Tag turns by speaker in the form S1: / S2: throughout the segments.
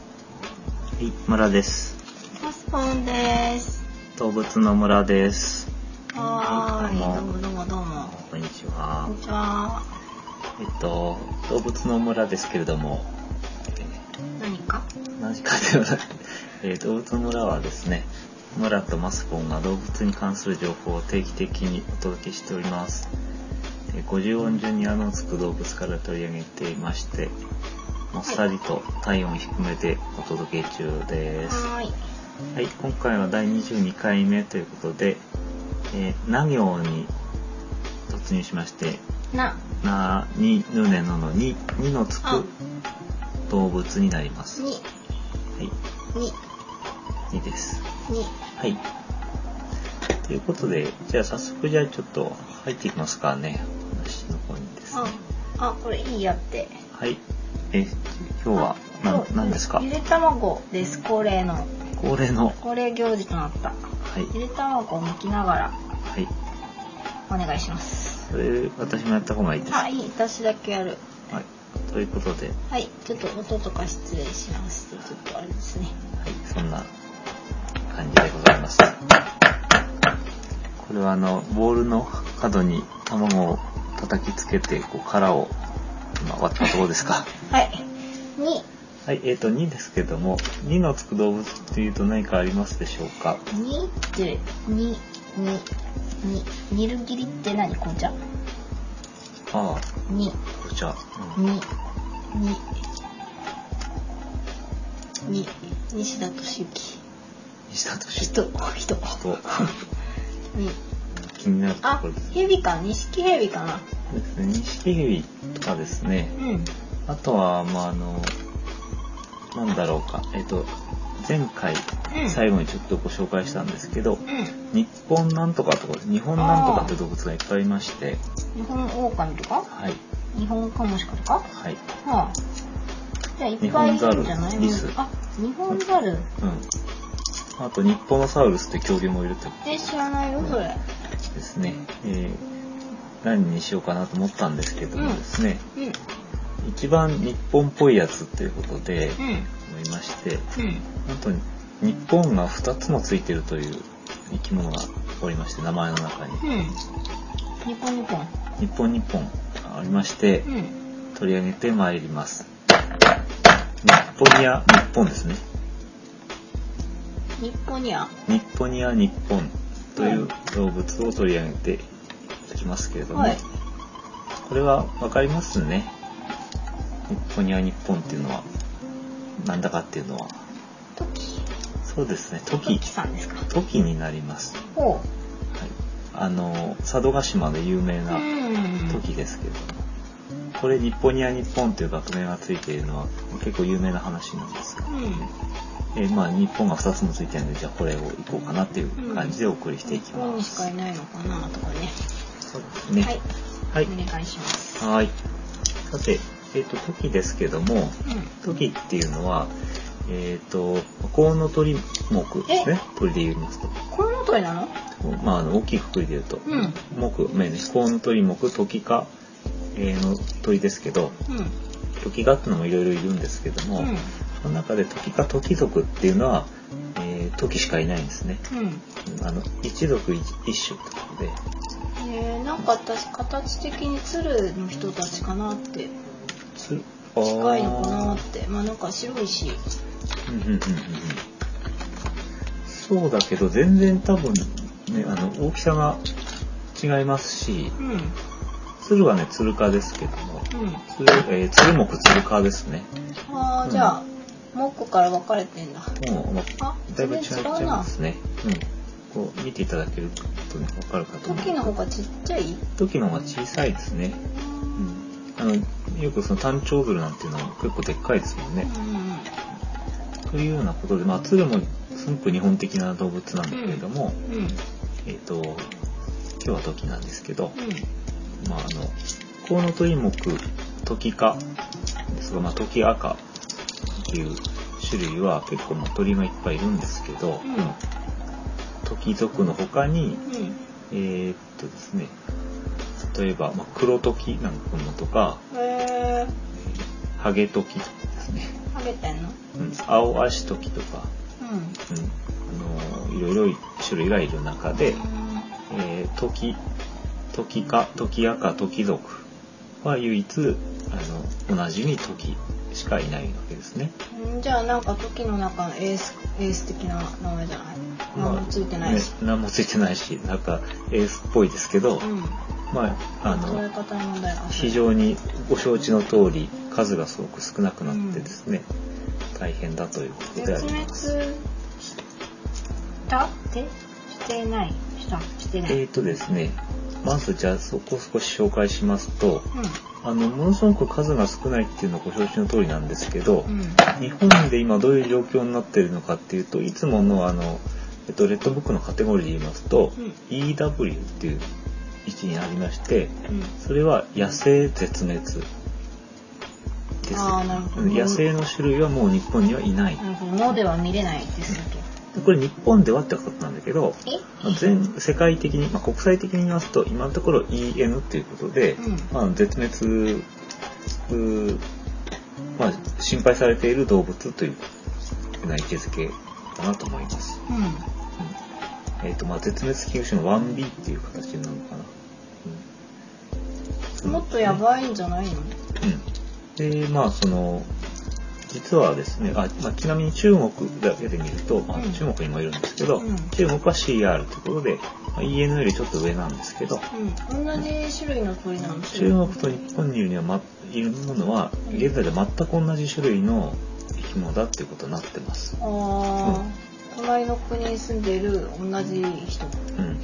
S1: はい、村です。
S2: パスポンです。
S1: 動物の村です。
S2: はーい、
S1: はい
S2: どうもどうもどうも。
S1: こんにち
S2: こ
S1: は
S2: ん。にちは。
S1: えっと、動物の村ですけれども、
S2: 何か。
S1: 何時かではなく、えー動物の村はですね、村とマスボンが動物に関する情報を定期的にお届けしております。えー50音順にあのつく動物から取り上げていまして、もっさりと体温低めでお届け中です。
S2: はーい。
S1: はい、今回は第22回目ということで、えー、な行に突入しまして、
S2: な、
S1: な、に、ぬねののに、にのつ
S2: あ
S1: く、動物になります。は
S2: に、
S1: い、
S2: に、
S1: にです。
S2: に。
S1: はい。ということで、じゃあ早速じゃあちょっと入っていきますかね、話の方にです
S2: あ
S1: ね。、
S2: あ、これいいやって。
S1: はい。え、今日は、な
S2: あ、
S1: 何ですか
S2: ゆで卵です。恒例の。
S1: 恒例の、は
S2: 恒例行事となった。
S1: い、
S2: ゆで卵を剥きながら、
S1: はい。
S2: お願いします。
S1: それ、私もやった方がいいです。
S2: は
S1: はい。
S2: い、私だけやる。
S1: ということで、
S2: はい、ちょっと音とか失礼します。ちょっとあれですね。
S1: はい、そんな感じでございます。これはあの、ボールの角に卵を叩きつけて、こう、殻を、まあ、割ったところですか。
S2: はい。に、
S1: はい、えっ、と、2ですけども、2のつく動物っていうと何かありますでしょうか
S2: にって、に、に、に、煮るぎりって何紅茶
S1: ああ、
S2: に、
S1: お茶。うん
S2: に、に、に、西田敏行。
S1: 西田敏
S2: 人、人。
S1: 人。
S2: に、
S1: 気になると
S2: あ
S1: ころです、
S2: 蛇か、錦蛇かな。
S1: ですね。錦鯉とかですね。
S2: うん。
S1: あとは、まあ、あの、なんだろうか。えっ、と、前回、
S2: うん
S1: 最後にちょっとご紹介したんですけど、
S2: うん。
S1: 日本なんとかとか、日本なんとかって動物がいっぱいいまして、
S2: 日本狼とか
S1: はい、
S2: 日本カモシカとかは
S1: はい、
S2: あ。じゃあいっぱいいるんじゃな
S1: 日本
S2: い
S1: ザルリス
S2: あ、日本ザル。
S1: うん。あと、ニッポノサウルスって恐竜もいるってこ
S2: え、知らないよ、それ。
S1: とですね。えー、何にしようかなと思ったんですけどもですね、
S2: うん。うん。
S1: 一番日本っぽいやつっていうことで、思いまして、
S2: うん。
S1: なんと、日本が2つもついてるという生き物がおりまして、名前の中に。
S2: うん。ニコニコン。
S1: 日本日本がありまして
S2: う、ん。
S1: 取り上げてまいります。日本や日本ですね。
S2: ニッポニア。
S1: ニッポニア日本といううん動物を取り上げていきますけれども、
S2: はい
S1: これはわかりますね。ニッポニア日本っていうのは、なんだかっていうのは、
S2: トキ。
S1: そうですね、ト
S2: ト
S1: キ
S2: キ、さんですか。
S1: トキになります。はい。
S2: ほ
S1: あの、佐渡島で有名
S2: う。う
S1: なト
S2: ん。
S1: キですけれども、これ日本ニア日本という学名がついているのは結構有名な話なんですが、
S2: うん。
S1: えーまあ日本が2つもついてるので、じゃあこれをいこうかなっていう感じでお送りしていき
S2: 日本
S1: ま
S2: にし
S1: す。
S2: かいないのかなとかね。
S1: そうですね。
S2: はい。
S1: はい。
S2: お願いします。
S1: はい。さて、えっ、と、トキですけども、
S2: うん。
S1: トキっていうのは、えっ、と、コウノトリ目ですね。鳥で言いますと。
S2: コウノトリなの？
S1: まあ、あの大きいくくりで言うと、
S2: うん。
S1: 木、目ね、コウノトリ目、トキ科、えーの鳥ですけど、
S2: う
S1: トキ科っていうのもいろいろいるんですけども、
S2: ん。うん。
S1: その中でトキ科、トキ族っていうのは、えートキしかいないんですね。
S2: うん。
S1: あの、一族一一種ってことで、
S2: えー、なんか私形的に鶴の人たちかなって
S1: つ
S2: 近いのかなってまあなんか白いし
S1: うんうんうんうんうんそうだけど全然多分ねあの大きさが違いますし
S2: うんうん
S1: 鶴はね鶴科ですけども鶴,、えー、鶴木鶴科ですね
S2: あーじゃあモックから分かれてんだ
S1: もう、ま
S2: あ
S1: あ、だい
S2: 全
S1: ぶ違
S2: 然
S1: っち
S2: 違
S1: ゃいうま
S2: な
S1: すねうんこう見ていただけるとねわかるかと
S2: ト
S1: 思
S2: キ
S1: う
S2: の方がちっちゃい
S1: 時の方が小さいですねうんあのよくその単調鶴なんていうのは結構でっかいですもんね、
S2: う
S1: というようなことでまあ鶴もすごく日本的な動物なんだけれども、
S2: んうんうん
S1: えっ、と、今日は時なんですけど、
S2: うん
S1: まあ、あの、コウノトリ目、時科ですが、まあ、時赤っていう種類は結構、まあ、鳥がいっぱいいるんですけど、
S2: うん
S1: 時族の他に、
S2: うん
S1: えーっとですね、例えば、まあ、黒時なんかものとか、
S2: へえ
S1: ハゲ時とかですね、
S2: 食べてんの
S1: うん、青足トキとか、
S2: う
S1: うん、あ
S2: ん
S1: のいろいろ種類がいる中で、えー、トキトキ科トキアカトキ属は唯一あの同じにトキしかいないわけですね。
S2: うんじゃあなんか時の中のエースエース的な名前じゃない
S1: まあ
S2: 何もついてないし、
S1: ね、何もついてないしなんかエースっぽいですけど、
S2: うん
S1: まああ
S2: 考え
S1: の
S2: 方の問題が
S1: 非常にご承知の通り数がすごく少なくなってですね、大変だということであ
S2: 絶
S1: り
S2: 滅
S1: ます。
S2: したってしていないしたしてない、
S1: えーとですね、まずじゃあそこを少し紹介しますと、
S2: う
S1: あの、ものすごく数が少ないっていうのはご承知の通りなんですけど、
S2: んうん
S1: 日本で今どういう状況になっているのかっていうと、いつものあの、えっと、レッドブックのカテゴリーで言いますと、
S2: うん
S1: EW っていう位置にありまして、
S2: うん
S1: それは野生絶滅です。
S2: あーなるほど
S1: うん野生の種類はもう日本にはいない。
S2: なんかもうでは見れないですけ
S1: でこれ日本ではってことなんだけど、
S2: どえ
S1: まあ全世界的に、まあ、国際的に言いますと今のところ EN っていうことで、
S2: うん
S1: まあ、絶滅、うーまあ、心配されている動物というような位置づけかなと思います。
S2: うん
S1: うんえっ、と、まあ、絶滅危惧種の 1B っていう形になるのかな。うん
S2: もっとやばいんじゃないの
S1: うん、でまあその実はですねあ、まあ、ちなみに中国だけで見ると、まあ
S2: うん
S1: 中国にもいるんですけど、
S2: うん
S1: 中国は CR ということで、まあ EN よりちょっと上なんですけど
S2: うん、同じ種類の鳥なんです
S1: 中国と日本にいるには、ま、いるものは現在で全く同じ種類の生き物だっていうことになってます。
S2: ああ、隣の国に住んでいる同じ人。
S1: うん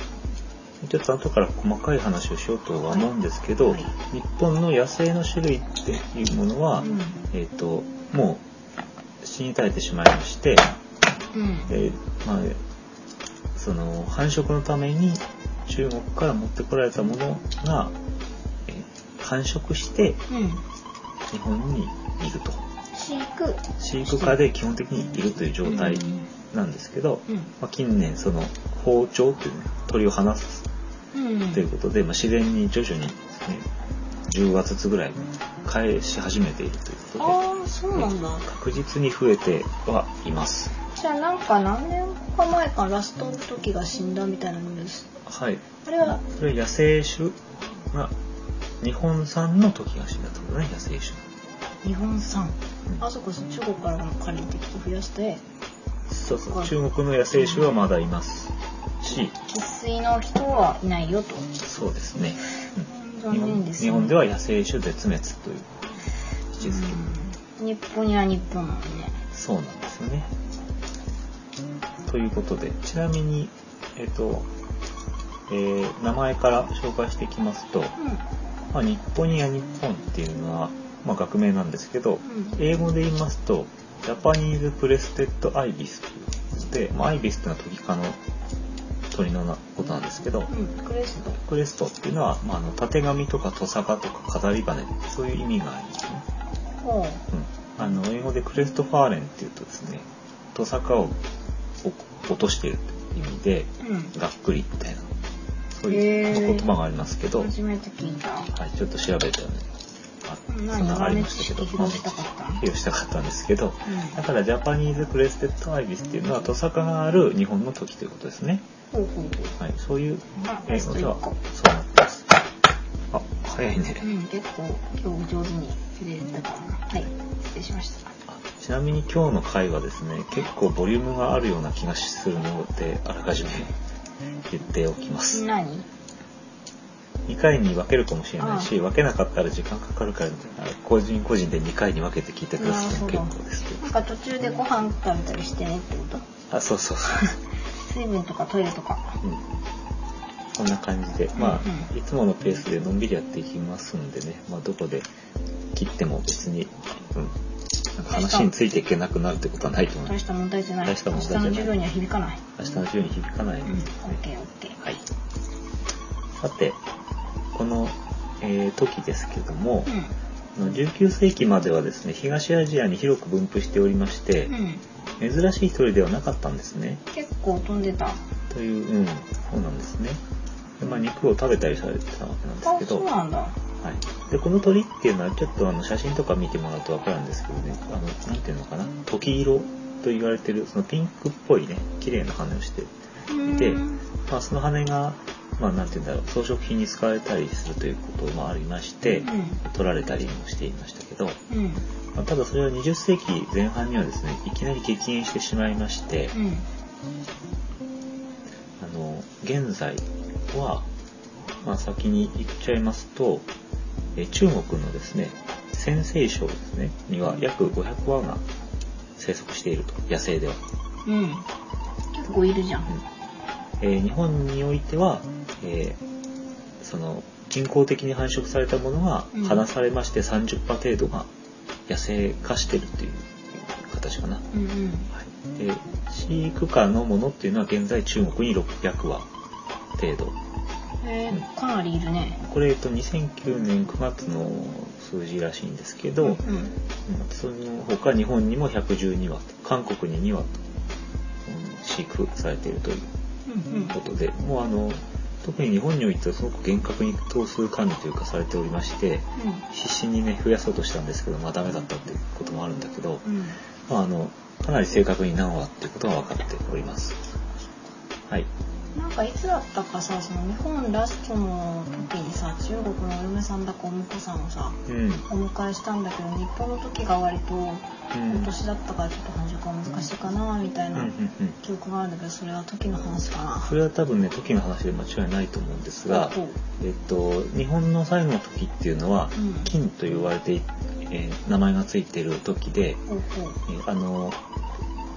S1: ちょっと後から細かい話をしようとは思うんですけど、
S2: はいは
S1: 日
S2: い
S1: 本の野生の種類っていうものは、
S2: うん
S1: えっ、ともう死に絶えてしまいまして、
S2: うん。
S1: でまあ、その繁殖のために中国から持ってこられたものがえー繁殖して
S2: うん。
S1: 日本にいると
S2: 飼育。
S1: 飼育下で基本的にいるという状態なんですけど、
S2: うん。
S1: まあ、近年その包丁という、ね、鳥を放す
S2: うん。うん
S1: ということで、まあ、自然に徐々にですね10月ずつぐらいに返し始めているということで
S2: ああ、そうなんだ。
S1: 確実に増えてはいます。
S2: じゃあなんか何年か前かラストオブトキが死んだみたいなニュース。
S1: はい、
S2: あれは、
S1: それは野生種が日本産の時が死んだってことね野生種
S2: 日本産。
S1: の、
S2: あそこ中国から借りてきて増やして、
S1: うん、そうそう中国の野生種はまだいますし
S2: 生粋の人はいないよと。
S1: そうですね、うん、
S2: 残念ですね
S1: 日本日本では野生種絶滅という位置づけ、
S2: うん日本には日本なのね。
S1: そうなんですよねということでちなみにえっ、と、えー名前から紹介していきますと、まあ、日本や日本っていうのは、まあ、学名なんですけど、
S2: うん。うん。
S1: 英語で言いますと、ジャパニーズプレステッドアイビスというで、まあ、アイビスっていうのはトキ科の鳥のなことなんですけど、
S2: うん。クレスト。
S1: クレストっていうのは、まあ、あの、縦紙とかトサカとか飾り羽、そういう意味がありますね。
S2: ほう。
S1: うん。あの、英語でクレストファーレンっていうとですね、トサカをお落としてるっていう意味で、
S2: うん。
S1: がっくりみたいな、そう
S2: へ
S1: いう
S2: ー
S1: まあ言葉がありますけど、はい、
S2: 初めて聞いた。
S1: ちょっと調べたらね、あ
S2: うん
S1: そんなのありましたけど、
S2: 豆知識広げたかった
S1: まあ披露したかったんですけど、だ
S2: う
S1: からジャパニーズクレステッドアイビスっていうのはトサカがある日本の時ということですね。
S2: ん。ほうほうほう。
S1: はい、そういう
S2: あ、
S1: 英
S2: ラス
S1: 語
S2: ト
S1: では
S2: 1
S1: そ
S2: 個。
S1: うなってます。あ、早いね
S2: う。ん、結構今日上手に切れたからな。はい、失礼しました。
S1: あちなみに今日の回はですね、結構ボリュームがあるような気がするので、あらかじめ言っておきます。
S2: 何
S1: 2回に分けるかもしれないし、分けなかったら時間かかるから、個人個人で2回に分けて聞いてくださいも
S2: な
S1: 結
S2: るほど
S1: 構ですけ
S2: なんか途中でご飯食べたりしてねってこと
S1: ど。あ、そうそうそう。
S2: 水分とかトイレとか。
S1: うんこんな感じで、ま
S2: う
S1: あ、いつものペースでのんびりやっていきますんでね、まあ、どこで切っても別に、うん、なんか話についていけなくなるってことはないと思いま
S2: 大
S1: す。
S2: した問題じゃない。
S1: 大した問題じゃない
S2: 明日の授業には響かない。
S1: 明日の授業に響かない
S2: うん、
S1: の
S2: オ
S1: で、
S2: ッケーオッケー。
S1: はい。さて、この、えー時ですけども、あの19世紀まではですね、東アジアに広く分布しておりまして
S2: うん、、うん。
S1: 珍しい鳥ではなかったんですね。
S2: 結構飛んでた。あ、
S1: という、うん、そうなんですね。でまあ、肉を食べたりされてたわけなんですけど、
S2: そうなんだ。
S1: はい、でこの鳥っていうのはちょっとあの写真とか見てもらうと分かるんですけどねあのなんていうのかな時色と言われてるそのピンクっぽいね綺麗な羽をして、
S2: うん
S1: でまあ、その羽が、まあ、なんていうんだろう装飾品に使われたりするということもありまして、
S2: う
S1: 取られたりもしていましたけど、
S2: んうん
S1: まあただそれは20世紀前半にはですねいきなり激減してしまいまして、
S2: うん
S1: あの現在は、まあ、先に行っちゃいますとえ中国のですね陝西省ですねには約500羽が生息していると野生では、
S2: うん結構いるじゃん
S1: うんえー日本においては、えーその人工的に繁殖されたものが
S2: うん
S1: 離されまして30羽程度が野生化しているという形かな、はい、
S2: うんうん
S1: で飼育下のものっていうのは現在中国に600羽程度
S2: えーかなりいるね
S1: これ、えっと、2009年9月の数字らしいんですけど、うん
S2: ん
S1: その他日本にも112羽と韓国に2羽と、うん飼育されているという
S2: うんうん
S1: ことでもうあの特に日本においてはすごく厳格に頭数管理というかされておりまして必死にね増やそうとしたんですけど、まあ、ダメだったっていうこともあるんだけど、
S2: うんうん
S1: まあ、あのかなり正確に何羽っていうことは分かっております。はい、
S2: なんかいつだったかさその日本ラストの時にさ中国のお嫁さんだかお婿さんをさ
S1: うん
S2: お迎えしたんだけど日本の時が割と今年だったからちょっと繁殖は難しいかなみた
S1: う
S2: い
S1: んうんう
S2: なん
S1: うん
S2: 記憶があるんだけどそれは時の話かな。
S1: それは多分ね時の話で間違いないと思うんですが、
S2: そう
S1: えっと、日本の最後の時っていうのは
S2: うん
S1: 金と言われてい、えー名前がついている時で、
S2: ほうほう
S1: えーあの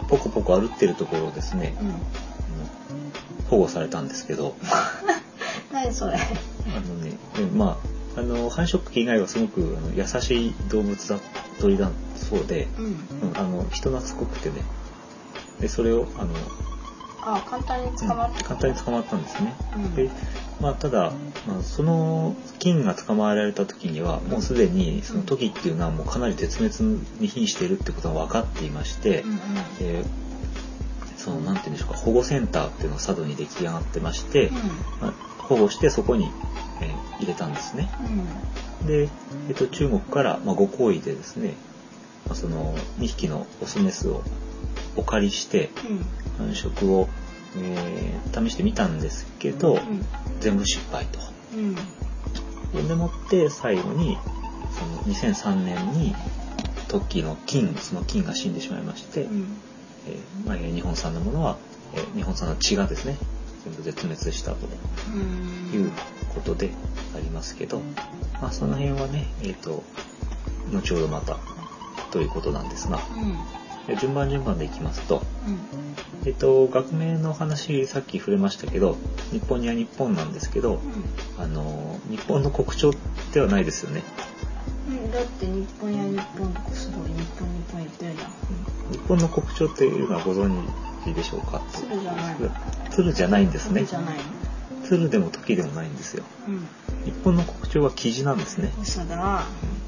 S1: ポコポコ歩ってるところをですね、
S2: うん
S1: あの保護されたんですけど
S2: 何それ
S1: あのね、でまああの繁殖期以外はすごくあの優しい動物だ鳥だそうで、
S2: うん
S1: うんあの人懐っこくてねでそれをあの
S2: あ簡単に捕まっ
S1: うん
S2: た
S1: 簡単に捕まったんですね。
S2: うん
S1: でまあ、ただ、まあ、その金が捕まえられた時にはもうすでにその時っていうのはもうかなり絶滅に瀕しているってことが分かっていまして、
S2: うんうん
S1: えーそのなんて言うんでしょうか保護センターっていうのが佐渡に出来上がってまして、まあ保護してそこに、えー入れたんですね。
S2: うん
S1: で、えっと、中国から、まあ、ご好意でですね、まあその2匹のオスメスをお借りして
S2: う
S1: 繁
S2: ん
S1: 殖を、えー試してみたんですけど、
S2: うん
S1: 全部失敗と。
S2: うん
S1: でもって最後にその2003年にトッキーの金その金が死んでしまいまして、
S2: うん
S1: えーまあ、えー日本産のものは、えー日本産の血がですね全部絶滅したと
S2: うん
S1: いうことでありますけど、まあ、その辺はね、えー、と後ほどまたということなんですが
S2: うん
S1: えー順番順番でいきますと,、
S2: うん
S1: えー、と学名の話さっき触れましたけど日本には日本なんですけどあのー日本の国鳥ではないですよね。
S2: うんうんだって日本や日本とかすごい日本日本言ってるじゃん
S1: 日本の国鳥っていうのはご存知でしょうか
S2: 鶴じゃない
S1: 鶴じゃないんですね
S2: じゃないの
S1: 鶴でも時でもないんですよ
S2: う
S1: 日本の国鳥はキジなんですね
S2: ん嘘だ
S1: あ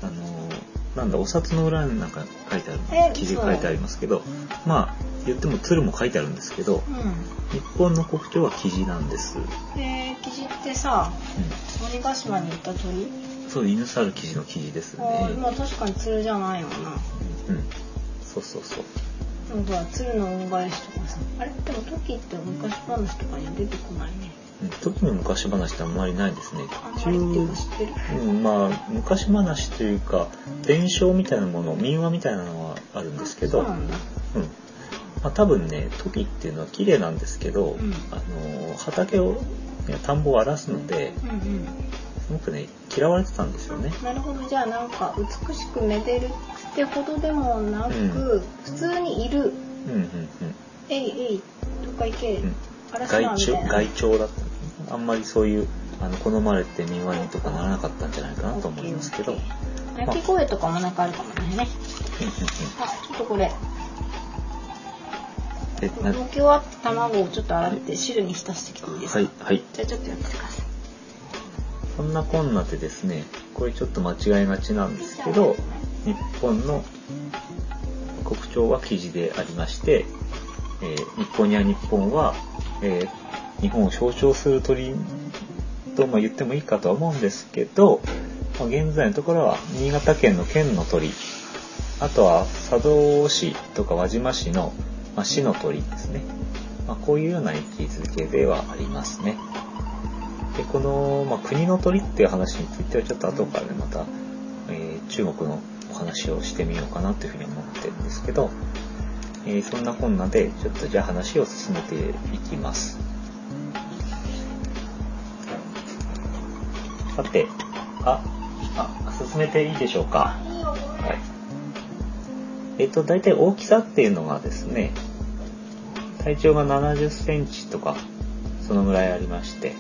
S1: のなんだお札の裏になんか書いてあ
S2: え
S1: る記事書いてありますけどまあ言っても鶴も書いてあるんですけど
S2: う
S1: 日本の国鳥はキジなんです、うん
S2: えー、キジってさ鬼ヶ島に行った鳥、
S1: ん、そう犬猿キジのキジですね
S2: あーまあ確かに鶴じゃないよな
S1: うんそうそうそう
S2: 今度は鶴の恩返しとかさあれでもトキって昔話とかには出てこないね
S1: うん時の昔話ってあんまりないですね
S2: あんまりっていうか知ってる
S1: うん、まあ昔話というか伝承みたいなもの民話みたいなのはあるんですけど、う
S2: あ
S1: ん
S2: そうな
S1: ま
S2: んだ
S1: あ、多分ねトキっていうのは綺麗なんですけど、
S2: うん
S1: あの畑をね田んぼを荒らすので
S2: うんうん
S1: すごくね嫌われてたんですよね。
S2: なるほどじゃあなんか美しくめでるってほどでもなく、
S1: う
S2: 普通にいる
S1: うんうんうん
S2: 「えいえいどっか行け、
S1: うん
S2: 嵐
S1: 害
S2: な」み
S1: 鳥
S2: たいな
S1: 害鳥だったあんまりそういうあの好まれて民話にとかならなかったんじゃないかなと思いますけど。
S2: オ
S1: う
S2: ッ
S1: ん
S2: ケー鳴き声とかもなんかあるかもね
S1: う
S2: あちょっとこれ
S1: んうん、でな
S2: 抜き終わった卵をちょっと洗って汁に浸してきていいですか、
S1: はいはい
S2: じゃあちょっとやっててください
S1: そんなこんなでですね、これちょっと間違いがちなんですけど、日本の国鳥は記事でありまして、えー日本には日本は、えー日本を象徴する鳥とも言ってもいいかとは思うんですけど、まあ、現在のところは新潟県の県の鳥あとは佐渡市とか輪島市の、まあ、市の鳥ですね、まあ、こういうような位置づけではありますねでこの、まあ、国の鳥っていう話についてはちょっと後からねまた、えー中国のお話をしてみようかなというふうに思ってるんですけど、えーそんなこんなでちょっとじゃあ話を進めていきますさてああ進めていいでしょうか
S2: いいよごめん
S1: はい。えっと、大体大きさっていうのがですね、体長が70センチとか、そのぐらいありまして、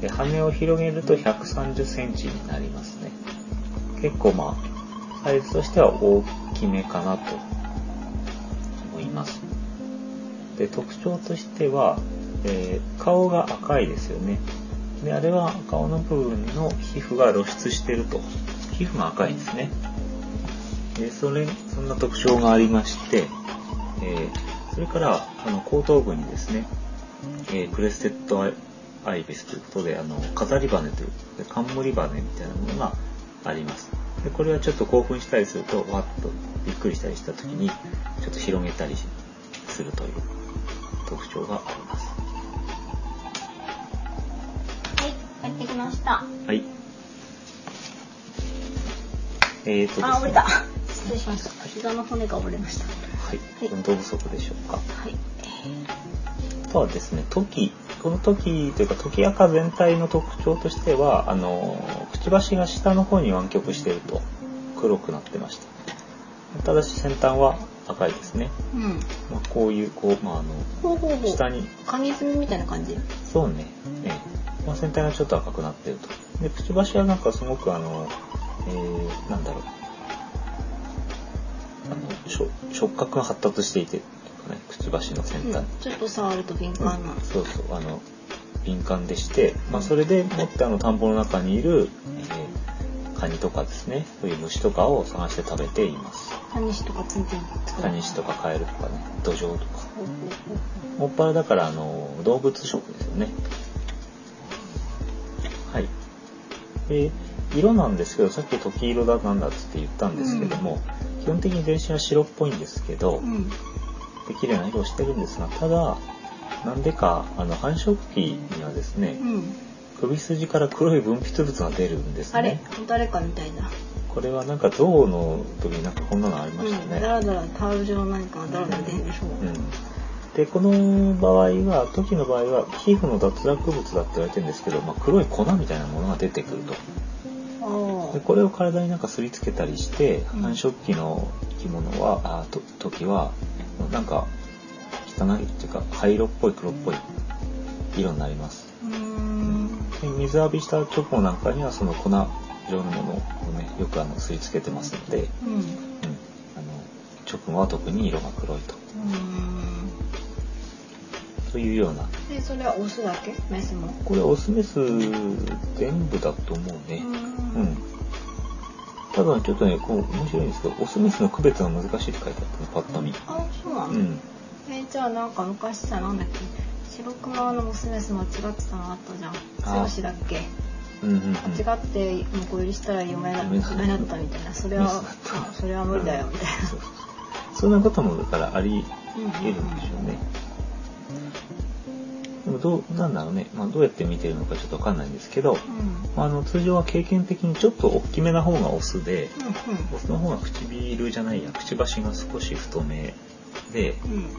S1: で羽を広げると130センチになりますね。結構まあ、サイズとしては大きめかなと思います。で、特徴としては、えー顔が赤いですよね。で、あれは顔の部分の皮膚が露出してると。皮膚が赤いんですね。でそれそんな特徴がありまして、えーそれからあの後頭部にですね、えークレステッドアイアイビスということであの飾り羽ということで冠羽みたいなものがありますでこれはちょっと興奮したりするとわっとびっくりしたりした時にちょっと広げたりするという特徴があります
S2: 帰ってきました
S1: はいえーとですね
S2: あ折れた失礼しました膝の骨が折れました
S1: はい
S2: はい
S1: 運動不足でしょうか
S2: はい
S1: あとはですね、トキ、このトキというかトキアカ全体の特徴としては、あの、くちばしが下の方に湾曲していると黒くなってました。ただし先端は赤いですね。
S2: うん
S1: まあ、こういう、こう、まあ、あ
S2: ほうほうほ
S1: の、下
S2: う
S1: に、
S2: カニ爪みたいな感じ
S1: そうね、ええまあ、先端がちょっと赤くなってると。で、くちばしはなんかすごくあの、えー、なんだろう。あの、触触覚が発達していて、ね、くちばしの先端に。
S2: うんちょっと触ると敏感な
S1: そうそうあの敏感でして、まあ、それでもってあの田んぼの中にいる、えーカニとかですねそういう虫とかを探して食べています
S2: カニシとかついてる
S1: カニシとかカエルとかねドジョウとか
S2: ほうほうほう
S1: もっぱらだからあの動物食ですよねはいで色なんですけどさっき時色だなんだっつって言ったんですけども、基本的に全身は白っぽいんですけど、
S2: うん
S1: で綺麗な色をしてるんですがただなんでかあの繁殖期にはですね、
S2: うん
S1: 首筋から黒い分泌物が出るんです
S2: あれ
S1: ね
S2: 誰かみたいだ
S1: これはなんか象の時になんかこんなのありま
S2: う
S1: した
S2: んだ
S1: ね、
S2: らだらタオル状なんかだらだら出るでしょ
S1: うんでこの場合は時の場合は皮膚の脱落物だって言われてるんですけど、まあ、黒い粉みたいなものが出てくると
S2: あ
S1: でこれを体になんかすりつけたりして
S2: うん
S1: 繁殖期の生き物はあと時はなんか汚いっていうか灰色っぽい黒っぽい色になります
S2: あうーん
S1: で水浴びした直後なんかにはその粉色のものをねよくあの吸い付けてますので、うん、
S2: うんう
S1: あの直後は特に色が黒いと
S2: ー
S1: というようなん
S2: でそれはオスだけメスも
S1: これオスメス全部だと思う
S2: うー
S1: ねうん、
S2: ん
S1: ただちょっとねこう面白いんですけどオスメスの区別が難しいって書いてあったねパッと見
S2: あそうな
S1: う
S2: の、
S1: ん
S2: えーじゃあなんか昔さなんだっけ白熊の娘ス間違ってたのあったじゃん
S1: あ
S2: 剛だっけ
S1: うんうんうん
S2: 間違って向こう入りしたら嫁だ
S1: 嫁だ
S2: 嫁だったみたいなそれは
S1: ミスだった
S2: あそれは無理だよみたいな
S1: そうそんなこともだからあり
S2: うん
S1: 得るんでしょうね。でもどう、なんだろうね。まあどうやって見てるのかちょっとわかんないんですけど、
S2: うんうん
S1: まああの通常は経験的にちょっと大きめな方がオスで、
S2: う
S1: オスの方が唇じゃないや、くちばしが少し太めで、え
S2: んうん
S1: ー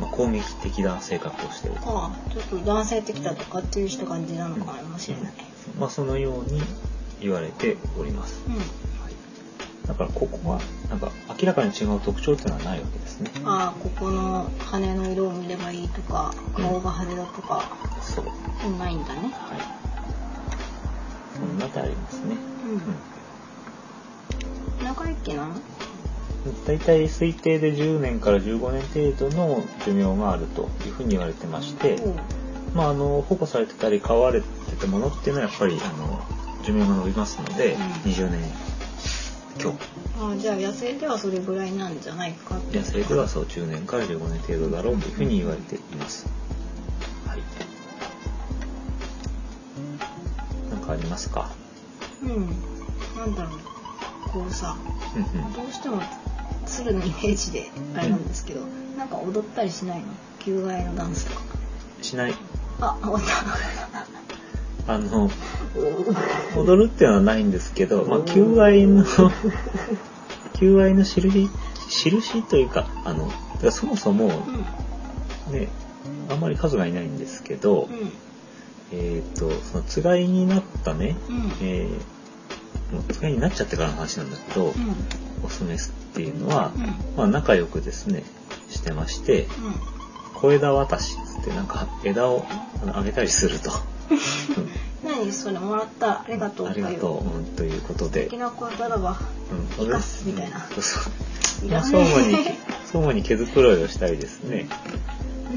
S1: まあ、攻撃的な性格をしていると。
S2: ああちょっと男性的だとかっていう人感じなのかもしれない
S1: まあそのように言われております。
S2: うん
S1: だからここは、なんか明らかに違う特徴っていうのはないわけですね。
S2: ああここの羽の色を見ればいいとか顔が派手だとか
S1: そう。
S2: ないんだね
S1: はい。そんなでありますね。
S2: うん長生きなの
S1: うん。大体推定で10年から15年程度の寿命があるというふうに言われてまして、
S2: うん
S1: まあ、あの、保護されてたり飼われてたものっていうのはやっぱり、あの、寿命が伸びますので、
S2: うん
S1: 20年強。
S2: ああじゃあ野生ではそれぐらいなんじゃないかって
S1: 野生ではそう10年から15年程度だろうというふうに言われています。はい。なんかありますか
S2: うんなんだろうこうさ
S1: うんうん
S2: どうしても鶴のイメージであれなんですけど、なんか踊ったりしないの求愛のダンスとか
S1: しない。
S2: あ終わった
S1: あの、踊るっていうのはないんですけど、まあ、求愛の、 求愛の印、印というか、あの、てかそもそもね、あんまり数がいないんですけど
S2: う、ん
S1: えっ、と、その、つがいになったね、
S2: うんうん
S1: えー、もうつがいになっちゃってからの話なんだけど、
S2: うん
S1: オスメスっていうのは
S2: う、ん
S1: まあ、仲良くですね、してまして、小枝渡しっつって、なんか枝をあのあげたりすると。うん
S2: うん何それもらったありがとう
S1: あ
S2: と
S1: りが
S2: いう
S1: とう、うん、ということで
S2: 好き、な子だらば
S1: うん、
S2: 生かすみたいな
S1: うんそう
S2: い
S1: まあ
S2: ら
S1: 相
S2: ね
S1: 互に相互に毛づくろいをしたりですね、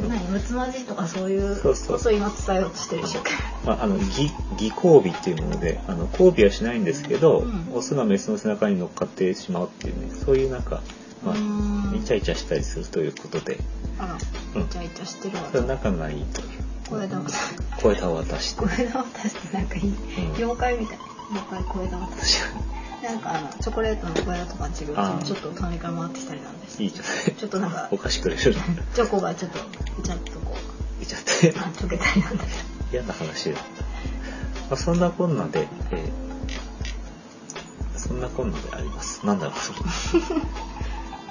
S2: え何むつまじいとかそういう
S1: そ
S2: こ
S1: うそう
S2: とを今伝えようとしてるでしょうか
S1: まあ、あの偽偽交尾っていうものであの交尾はしないんですけど、
S2: うん
S1: オスがメスの背中に乗っかってしまうっていうねそういうなんか、ま
S2: うー
S1: あ、
S2: ん
S1: イチャイチャしたりするということで
S2: あら
S1: うん
S2: イチャイチャしてるわ
S1: それは仲がいいという
S2: 小枝渡し
S1: 小枝を渡して、
S2: 小
S1: うん、
S2: 枝渡しってなんかいい
S1: 確
S2: 妖怪みたい妖怪小枝渡しなんかあのチョコレートの小枝とか違う
S1: あー
S2: ちょっと隣から回ってきたりなんです
S1: かにいいじゃない
S2: ちょっとなんか
S1: お菓子くれるの
S2: チョコがちょっとぐちゃっとこ
S1: いちゃって
S2: うあ溶けたりなんだけ
S1: 嫌な話だった。まあ、そんなこんなで、えー、そんなこんなであります。なんだろう、それ。うん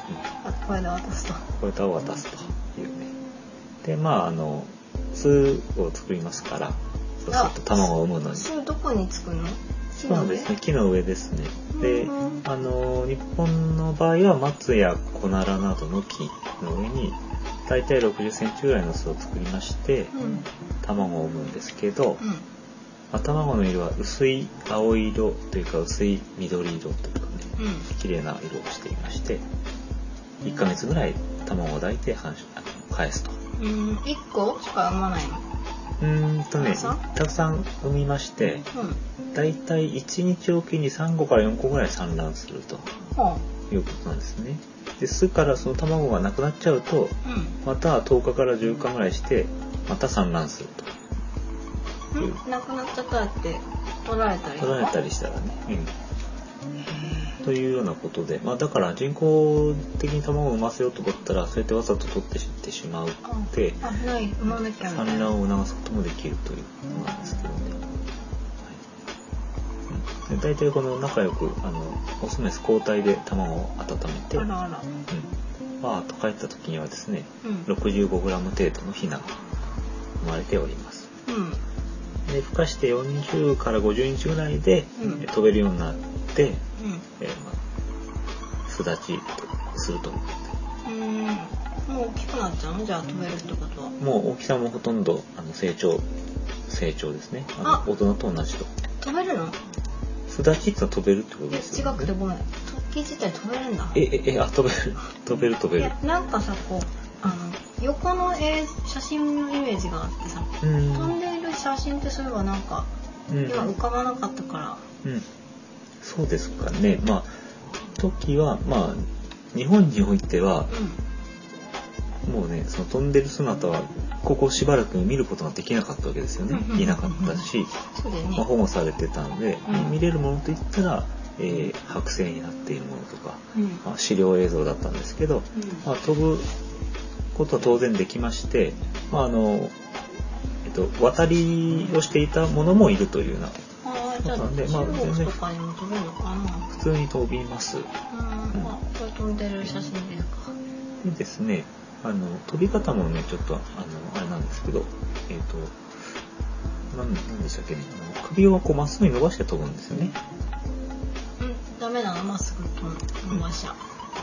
S2: ど小枝渡すと
S1: これとを渡すというね。で、まあ、あの、巣を作りますから、そうすると卵を産むのに。そ
S2: すぐどこにつくの木
S1: うな
S2: の
S1: んで
S2: 上
S1: すね、木の上ですね。で
S2: う、ん
S1: あの、日本の場合は松やコナラなどの木の上に、大体60センチぐらいの巣を作りまして、
S2: うん
S1: 卵を産むんですけど、
S2: うん
S1: まあ卵の色は薄い青色というか薄い緑色というかね
S2: うん
S1: 綺麗な色をしていまして1ヶ月ぐらい卵を抱いて繁殖あの返すと
S2: うん一個しか産まないの
S1: うーんとね
S2: たくさん
S1: たくさん産みまして
S2: うん
S1: だいたい1日おきに3個から4個ぐらい産卵すると
S2: ほ
S1: いうことなんですねで巣からその卵がなくなっちゃうと
S2: うう
S1: また10日から10日ぐらいしてまた産卵すると
S2: んんなくなっちゃったらって取られたりと
S1: 取
S2: から
S1: れたりしたらね、うんというようなことで、まあ、だから人工的に卵を産ませようと思ったらそうやってわざと取ってしてしまうって
S2: あない産まなきゃみた
S1: 産
S2: いな
S1: 卵を促すこともできるということなんですけどね、はいうん、で大体この仲良くあのオスメス交代で卵を温めて、
S2: あ
S1: うん、わ
S2: らあら
S1: ーっと帰った時にはですね
S2: うんう
S1: 65g 程度のヒナが生まれております
S2: ん
S1: で孵化して40から50日ぐらいで、
S2: うん
S1: え飛べるようになって
S2: うん
S1: えーまあ、巣立ちすると思
S2: うーんもう大きくなっちゃうのじゃあ飛べるってことは
S1: うもう大きさもほとんどあの成長成長ですねあの
S2: あ
S1: 大人と同じと
S2: 飛べるの
S1: 巣立ちってのは飛べるってこと
S2: いや
S1: です
S2: 違
S1: よ、
S2: くて
S1: ね、
S2: ごめん突起自体飛べるんだ
S1: えええあ飛べる 飛べる飛
S2: い
S1: べる
S2: やなんかさこうあの横の絵写真のイメージがあってさ
S1: うー
S2: 飛ん
S1: ん
S2: でいる写真ってそういえばなんか
S1: うん
S2: 今浮かばなかったから
S1: うんそうですかねまあ時はまあ日本においては
S2: う
S1: もうねその飛んでる姿はここしばらく見ることができなかったわけですよね
S2: うんうんうん
S1: いなかったし、
S2: んそうだよね
S1: まあ、保護されてたので、
S2: うん
S1: 見れるものといったら、えー剥製になっているものとか、
S2: うんうん
S1: まあ、資料映像だったんですけど、まあ、飛ぶことは当然できまして、まああのえっと、渡りをしていたものもいるというような
S2: あーじゃあ
S1: そうなんでまあ
S2: 中
S1: 全然
S2: 国とかにも飛べるのかな
S1: 普通に飛びます。
S2: うんまあこれ飛んでる写真ですか
S1: でですねあの飛び方もねちょっとあのあれなんですけど、えっとなんなんでしたっけねあの首をこうまっすぐに伸ばして飛ぶんですよね。
S2: うんダメなのまっすぐ飛んばしちゃう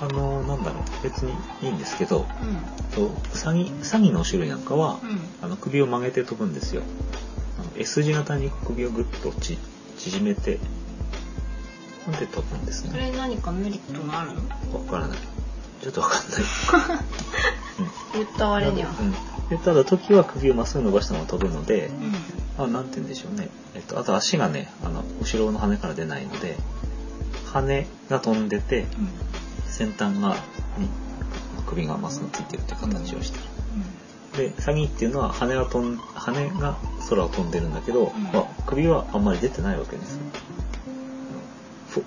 S1: あのなんだろう別にいいんですけど
S2: うん
S1: とサギサギの種類なんかは、
S2: うん
S1: あの首を曲げて飛ぶんですよあの S 字型に首をぐっとち縮めてなんで飛ぶんです
S2: そ
S1: ね
S2: れに何かメリットがあるの
S1: わからないちょっとわかん ない、
S2: 言った
S1: うん、
S2: 割には
S1: なのでうん、でただ時は首をまっすぐ伸ばしたまま飛ぶので
S2: うん
S1: あなんて言うんでしょうね、えっと、あと足がねあの後ろの羽から出ないので羽が飛んでて
S2: うん
S1: 先端がに首がまっすぐついてるという形をしてるでサギっていうのは羽が飛ん羽が空を飛んでるんだけど、
S2: うん
S1: まあ、首はあんまり出てないわけですよ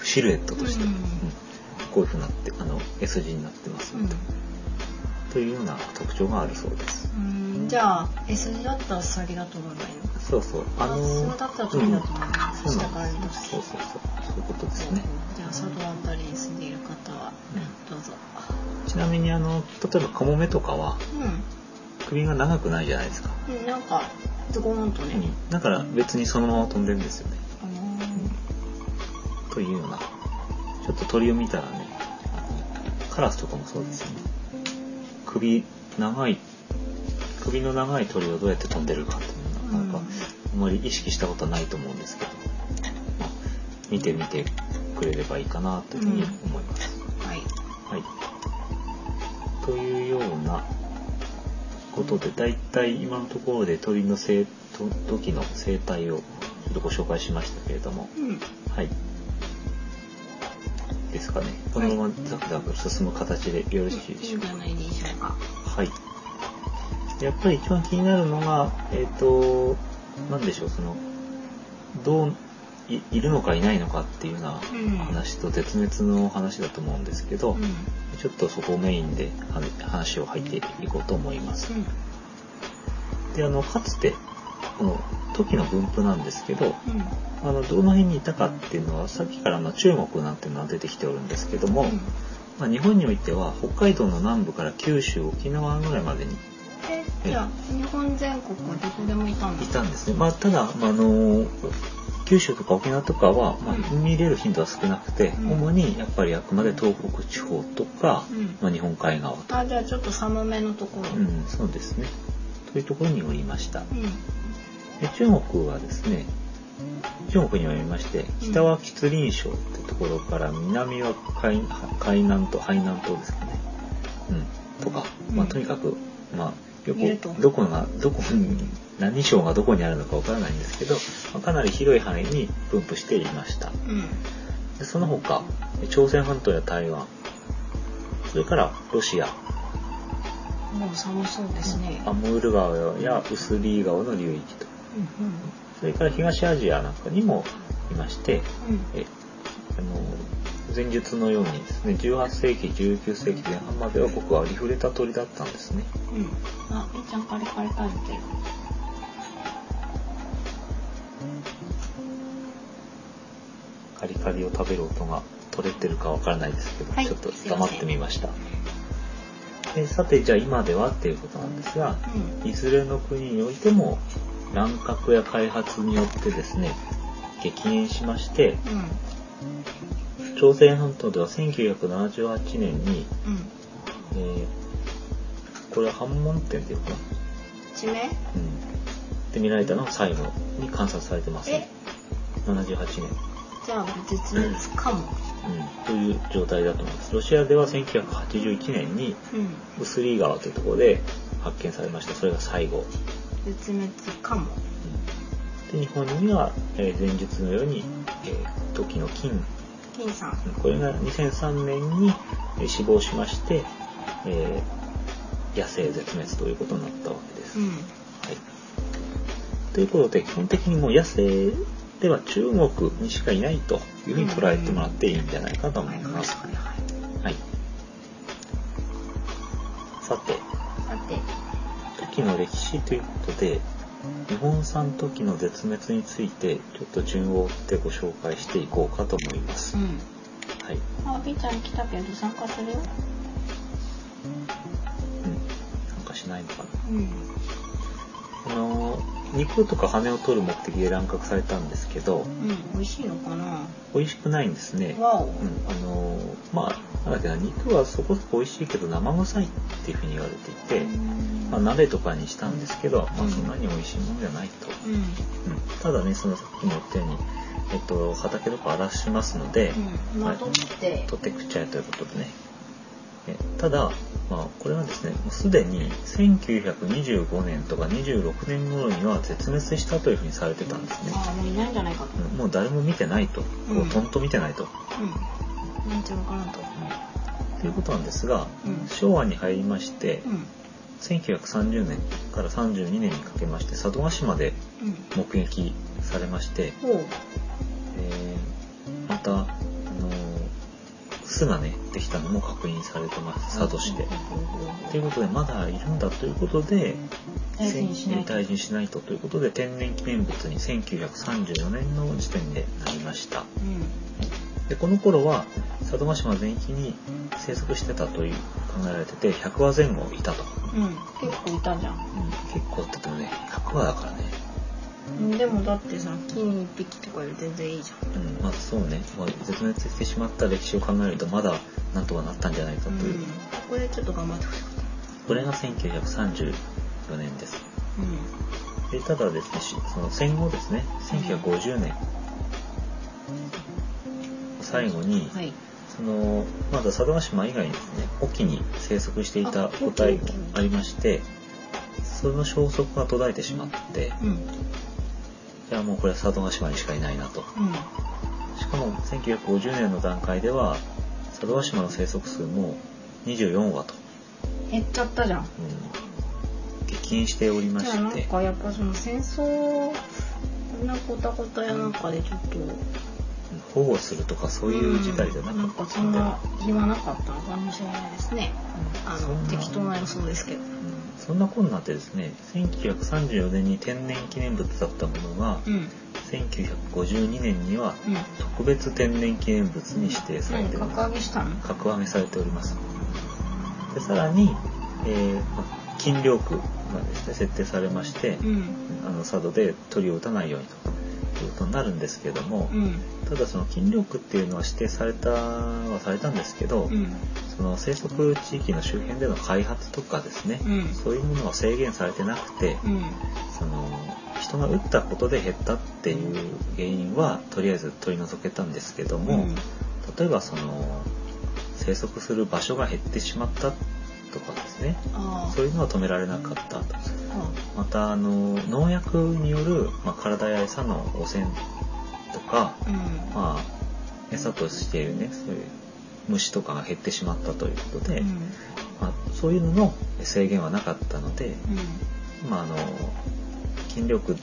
S2: う
S1: シルエットとして、
S2: うん
S1: こういうふうになってあの S 字になってます、
S2: うん
S1: というような特徴があるそうです。
S2: うんじゃあ S 字だったら下げだと思えばいいのか
S1: そうそうあの
S2: それだったら鳥だと思います、
S1: うん
S2: 下から見ます
S1: そうそうそうそういうことですね。
S2: じゃあ佐渡あたりに住んでいる方は
S1: う
S2: どうぞ
S1: んちなみにあの例えばカモメとかは
S2: う
S1: 首が長くないじゃないですか。
S2: ん、うん、なんかズコーンとね、
S1: だから別にそのまま飛んでるんですよね。
S2: あの
S1: というようなちょっと鳥を見たらねカラスとかもそうですよね首長い首の長い鳥をどうやって飛んでるかっていうのはなかなかあんまり意識したことはないと思うんですけど、まあ見てみてくれればいいかなというふうに思います。
S2: ーはい
S1: はい、というようなことでだいたい今のところで鳥の生と時の生態をちょっとご紹介しましたけれども。
S2: うん
S1: はい。ですかね。このままザクザク進む形でよろしいで
S2: いい
S1: しょ
S2: ん
S1: う
S2: じ
S1: か。
S2: ゃないでしょうか
S1: はい。やっぱり一番気になるのが、えっ、と、なんでしょう、その、どうい、いるのかいないのかっていうような
S2: うん
S1: 話と絶滅の話だと思うんですけど、
S2: うん
S1: ちょっとそこをメインでは話を入っていこうと思います。で、あの、かつて、この時の分布なんですけど、
S2: うんうん
S1: あのどの辺にいたかっていうのはさっきからの中国なんていうのは出てきておるんですけども、
S2: うん
S1: まあ、日本においては北海道の南部から九州沖縄ぐらいまでに
S2: えじゃあ日本全国どこでもいたん
S1: い
S2: だ
S1: たんですね、まあ、ただ、まあ、あの九州とか沖縄とかは、まあ
S2: うん
S1: 見れる頻度は少なくて、
S2: うん
S1: 主にやっぱりあくまで東北地方とか、
S2: うん
S1: まあ、日本海側と、
S2: あじゃあちょっと寒めのところ
S1: う
S2: うん
S1: ん、そうですねというところにおりました。
S2: う
S1: で中国はですね中国におりまして北は吉林省ってところから南は海海南島海南島ですかね、うん、とか、まあ、
S2: うん
S1: とにかく、まあ、よ
S2: 見ると
S1: くどこがどこに何省がどこにあるのかわからないんですけど、まあかなり広い範囲に分布していました
S2: ん
S1: でその他朝鮮半島や台湾それからロシア
S2: もう寒そうですね
S1: アムール川やウスリー川の流域と
S2: うん
S1: それから東アジアなんかにもいまして
S2: うんうん
S1: えあの前述のようにですね18世紀19世紀前半までは僕はリフレタ鳥だったんですね
S2: うんあえちゃんカリカリ食べてる
S1: カリカリを食べる音が取れてるかわからないですけど、
S2: はい
S1: ちょっと
S2: すいま
S1: 黙
S2: せん
S1: ってみましたえさてじゃあ今ではっていうことなんですが
S2: うん
S1: いずれの国においても乱獲や開発によってですね激減しまして
S2: うん
S1: 朝鮮半島では1978年に、
S2: うん
S1: えーこれは半門店っていうかな
S2: 地名
S1: うん、で見られたのは最後に観察されてます、
S2: え
S1: 78年、
S2: じゃあ絶滅かも
S1: うん、という状態だと思いますロシアでは1981年に
S2: うん
S1: ウスリー川というところで発見されましたそれが最後、
S2: 絶滅かも
S1: うん、で日本には、えー前述のように、えー時の金
S2: 金さん
S1: これが2003年にえー死亡しまして、えー野生絶滅ということになったわけです、
S2: うん
S1: はい、ということで基本的にもう野生では中国にしかいないというふうに捉えてもらっていいんじゃないかと思います。
S2: はいはいはい
S1: はい、さて
S2: さて
S1: 時の歴史ということで日本産時の絶滅についてちょっと順を追ってご紹介していこうかと思います。
S2: うん
S1: はい
S2: あピーちゃん来たけど参加するよ
S1: うん、なんかしないのかなあ
S2: うん
S1: のー肉とか羽を取る目的で乱獲されたんですけど
S2: うん美味しいのかな
S1: 美味しくないんですね。
S2: わお
S1: うん、あのーまあなんだっけな肉はそこそこ美味しいけど生臭いっていうふうに言われていて、まあ、
S2: う
S1: 鍋とかにしたんですけど、ま
S2: う
S1: あ、
S2: ん
S1: そんなに美味しいものじゃないと、
S2: んうん
S1: うん、ただねそのさっきも言ったように、えっと、畑とか荒らしますので、
S2: うんまとって
S1: 取ってくっちゃえということでねえただ、まあ、これはですねもうすでに1925年とか26年頃には絶滅したというふうにされてたんですね、
S2: あもういないんじゃないかと
S1: うんもう誰も見てないと、
S2: うん
S1: もうとんと見てないと、
S2: うんなんちゃわからんと
S1: ということなんですが
S2: うん
S1: 昭和に入りまして
S2: うん
S1: 1930年から32年にかけまして佐渡島で
S2: うん
S1: 目撃されまして、
S2: ほう
S1: えーまたあの巣がね、できたのも確認されてます、佐渡市で。ということで、まだいるんだということで、
S2: 大事にしないと
S1: 大事にしないとということで、天然記念物に1934年の時点でなりました。
S2: うん
S1: でこの頃は佐渡島全域に生息してたという考えられてて100羽前後いたと、
S2: うん結構いたじゃん
S1: うん、結構って言ってもね100羽だからね、
S2: でもだってさ金に1匹とかより全然いいじゃ
S1: うん、まあそうね、まあ、絶滅してしまった歴史を考えるとまだなんとかなったんじゃないかと
S2: ん、
S1: いう、
S2: これちょっと頑張ってほしかった
S1: これが1934年です
S2: う
S1: でただですねしその戦後ですね1950年を最後に、
S2: んはい
S1: そのまだ佐渡島以外にですね隠岐に生息していた
S2: あ
S1: 個体も
S2: 隠
S1: あ
S2: 岐
S1: りましてその消息が途絶えてしまって
S2: うんうん
S1: いやもうこれは佐渡島にしかいないなとしかも1950年の段階では佐渡島の生息数も24羽と、
S2: 減っちゃったじゃん
S1: うん激減しておりま
S2: じ
S1: し
S2: ゃあなん
S1: て
S2: かやっぱその戦争なこたこたやなんかでちょっと
S1: 保護するとかそういう事態じゃな
S2: うん
S1: か
S2: なん
S1: った
S2: か
S1: ん
S2: そ
S1: だ
S2: んな
S1: よ
S2: 暇なかったのかもしれないですねあ
S1: そん
S2: の
S1: な
S2: 適当な予想ですけど
S1: うんそんなこんなでですね1934年に天然記念物だったものが
S2: うん
S1: 1952年には
S2: うん
S1: 特別天然記念物に指定され
S2: 何
S1: ておりま
S2: 格
S1: す
S2: 上げしたの
S1: 格上げされておりますでさらに、えーまあ禁漁区がですね設定されまして
S2: うん
S1: あの佐渡で鳥を撃たないようにということになるんですけども
S2: うん
S1: ただその禁漁区っていうのは指定されたはされたんですけど
S2: うん
S1: その生息地域の周辺での開発とかですね
S2: うん
S1: そういうものは制限されてなくて
S2: うん
S1: その人が撃ったことで減ったっていう原因はとりあえず取り除けたんですけども、
S2: うん
S1: 例えばその生息する場所が減ってしまったとかですね
S2: あ
S1: そういうのは止められなかったと
S2: あ
S1: またあの農薬による、まあ、体や餌の汚染とか、
S2: うん
S1: まあ、餌としているねそういう虫とかが減ってしまったということで、
S2: うん
S1: まあ、そういうのの制限はなかったので、まあ、あの筋力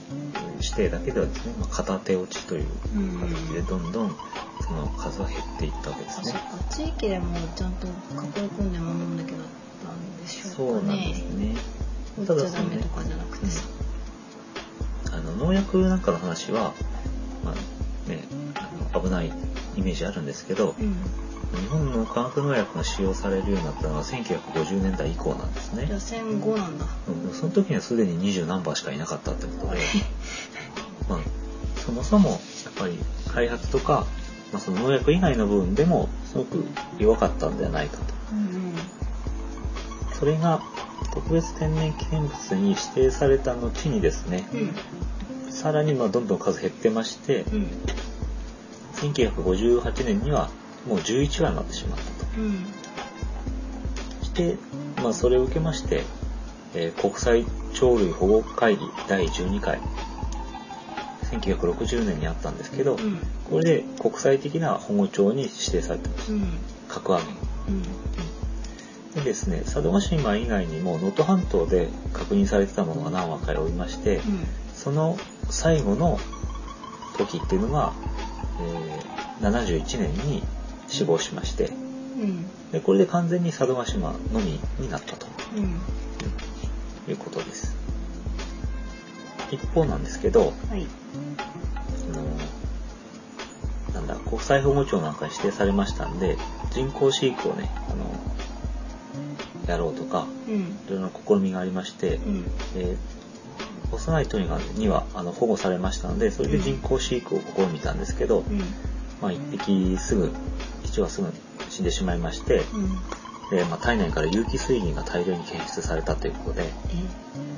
S1: 指定だけではですね、まあ、片手落ちという
S2: うんうん
S1: 形でどんどんその数は減っていったわけで
S2: あ
S1: す
S2: そ
S1: ね
S2: っ。か地域でもちゃんと囲い込んで守んなきゃだったんでしょう
S1: そう
S2: か
S1: なん
S2: ね
S1: ですね。
S2: 打っち
S1: ただ
S2: ゃ
S1: そ
S2: ダ
S1: の
S2: メ
S1: ね
S2: と、かじゃなくてさ
S1: あの農薬なんかの話は、まあね、あの危ないイメージあるんですけど、
S2: うん
S1: 日本の化学農薬が使用されるようになったのは1950年代以降なんですね
S2: じゃ。あ戦後なんだ
S1: うんその時にはすでに二十何羽しかいなかったってこと で、まあ、そもそもやっぱり開発とか、まあ、その農薬以外の部分でもすごく弱かったんではないかと。
S2: うん
S1: それが特別天然記念物に指定された後にですね、
S2: うん
S1: さらにまあどんどん数減ってまして、
S2: うん
S1: 1958年にはもう11話になってしまったと。
S2: うん
S1: して、まあ、それを受けまして、えー国際鳥類保護会議第12回、1960年にあったんですけど、
S2: うん
S1: これで国際的な保護鳥に指定されてます。
S2: うん
S1: 格上
S2: うん
S1: げ。でですね、佐渡島以外にも能登半島で確認されてたものが何羽かおりまして、その最後の時っていうのが、えー71年に死亡しまして
S2: うんうん
S1: でこれで完全に佐渡島のみになったと
S2: うん
S1: いうことです一方なんですけど
S2: はい
S1: あのなんだ国際保護庁なんかに指定されましたんで人工飼育をねあのやろうとか
S2: うん
S1: いろいろな試みがありまして、
S2: うん
S1: えー幼い鳥がにはあの保護されましたのでそれで人工飼育を試みたんですけど、
S2: うん
S1: まあ、1匹すぐ1羽すぐ死んでしまいまして、
S2: うん
S1: でまあ、体内から有機水銀が大量に検出されたということでやっ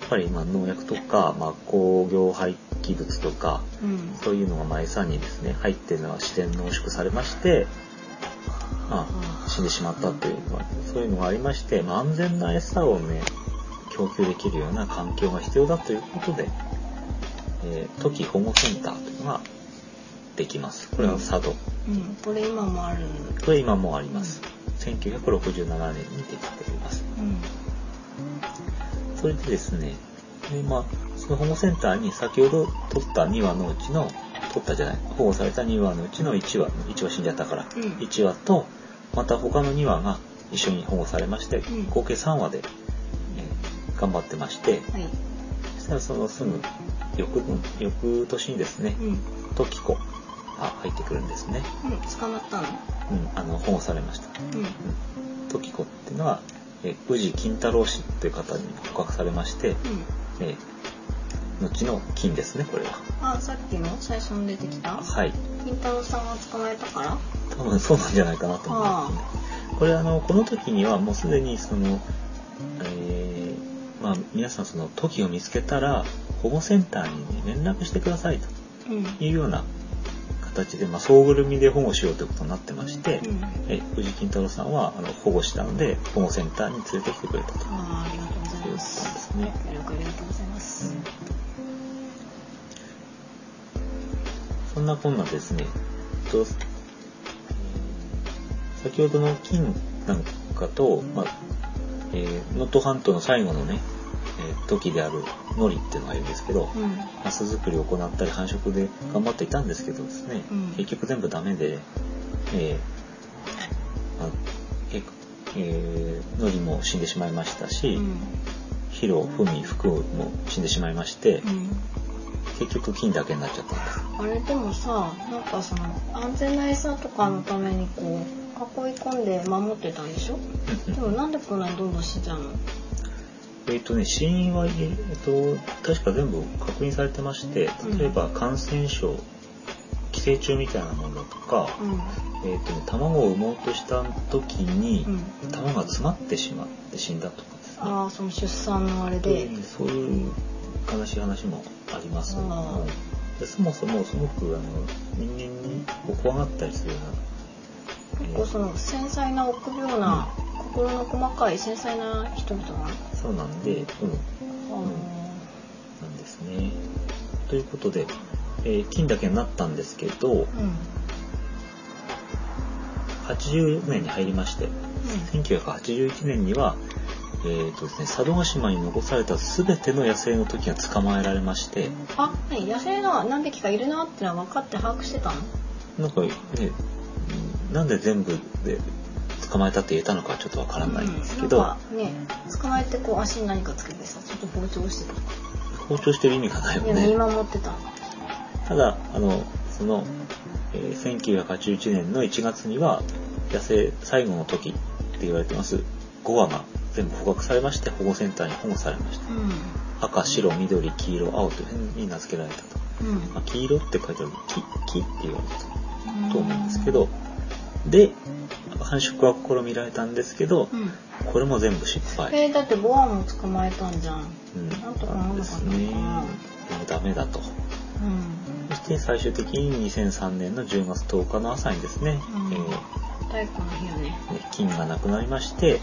S2: え
S1: ぱりまあ農薬とか、まあ、工業廃棄物とか
S2: うん
S1: そういうのがまあ餌にですね入ってるのは自然濃縮されまして、まあ、死んでしまったという、まあ、そういうのがありまして、まあ、安全な餌をね供給できるような環境が必要だということで、えー、トキ保護センターというのができます。これは佐渡。
S2: うんこれ今もある
S1: これ今もあります。1967年にできております。
S2: うん
S1: それでですね、でまあ、その保護センターに先ほど取った2羽のうちの、取ったじゃない、保護された2羽のうちの1羽、1羽死んじゃったから、
S2: うん
S1: 1羽と、また他の2羽が一緒に保護されまして、
S2: うん
S1: 合計3羽で、えー頑張ってまして
S2: はい。
S1: そしたらそのすぐ翌翌年にですね
S2: うん。うん。
S1: トキコが入ってくるんですね、
S2: 捕まったの。
S1: うん、あの保護されました
S2: うん。
S1: トキコっていうのは、えー宇治金太郎氏という方に捕獲されまして、
S2: うん。
S1: えー後の金ですねこれは
S2: あ、さっきの最初に出てきた。
S1: はい
S2: 金太郎さんが捕まえたから。
S1: 多分そうなんじゃないかなと思いますねこれあのこの時にはもうすでにその、えーまあ、皆さんその時を見つけたら保護センターに連絡してくださいと
S2: うん。うん。
S1: いうような形で、まあ、総ぐるみで保護しようということになってまして、え宇治金太郎さんはあの保護したので保護センターに連れてきてくれたと。
S2: あーありがとうござ
S1: そ
S2: いま
S1: うですす。ね
S2: ご協力ありがとうございます。
S1: そんなこんなですね、えっとえー先ほどの金なんかと、まあえー能登半島の最後のね、えー時であるノリっていうのがいるんですけど、
S2: うん。
S1: マス作りを行ったり繁殖で頑張っていたんですけどですね、
S2: うん
S1: 結局全部ダメで、えーまあええーノリも死んでしまいましたし、
S2: うん。
S1: ヒロ、フミ、フクも死んでしまいまして、
S2: うん。
S1: 結局金だけになっちゃったんです。
S2: あれでもさなんかその安全な餌とかのためにこう囲い込んで守ってたんでしょでもなんでこんなにどんどん死んじゃうの
S1: えっとね、死因は、えっと、確か全部確認されてまして
S2: うん、
S1: 例えば感染症、寄生虫みたいなものだとか、
S2: う
S1: えっとね、卵を産もうとした時に
S2: ん、うん
S1: 卵が詰まってしまって死んだとかですね。
S2: ああその出産のあれで
S1: でそういう悲しい話もあります。
S2: あー
S1: うんでそもそもすごくあの人間にこう怖がったりするような
S2: 結構その繊細な臆病な心の細かい繊細な人々が
S1: そうなんで、うん、
S2: あ
S1: なんですね。ということで、えー金だけになったんですけど、
S2: ーうん
S1: 84年に入りまして、1981年には、えーとですね、佐渡島に残された全ての野生の時が捕まえられまして、
S2: あ何野生が何匹かいるなってのは分かって把握してたの
S1: なんかね、うんなんで全部で捕まえたって言えたのかはちょっとわからないんですけ
S2: う
S1: ど
S2: ん、なんかね捕まえてこう足に何かつけてさちょっと膨張してた
S1: 包丁してる意味がないよ
S2: いや見
S1: ね。
S2: 守ってたの
S1: ただ、あの、その、えー1981年の1月には、野生最後の時って言われてます、5羽が全部捕獲されまして、保護センターに保護されまし
S2: う
S1: た。赤、白、緑、黄色、青というふうに名付けられたと。
S2: んうん
S1: まあ、黄色って書いてある、木、木って言われたと思うんですけ
S2: ど。
S1: ど、で、繁殖は試みられたんですけど、
S2: うん。
S1: これも全部失敗。
S2: えーだってボアも捕まえたんじゃん。
S1: うん、
S2: なんとかならなかったのかな
S1: ですね。でもダメだと。
S2: うん。
S1: そして最終的に2003年の10月10日の朝にですね、
S2: うん
S1: えー
S2: 太鼓の日よね。
S1: ね菌がなくなりまして
S2: うん。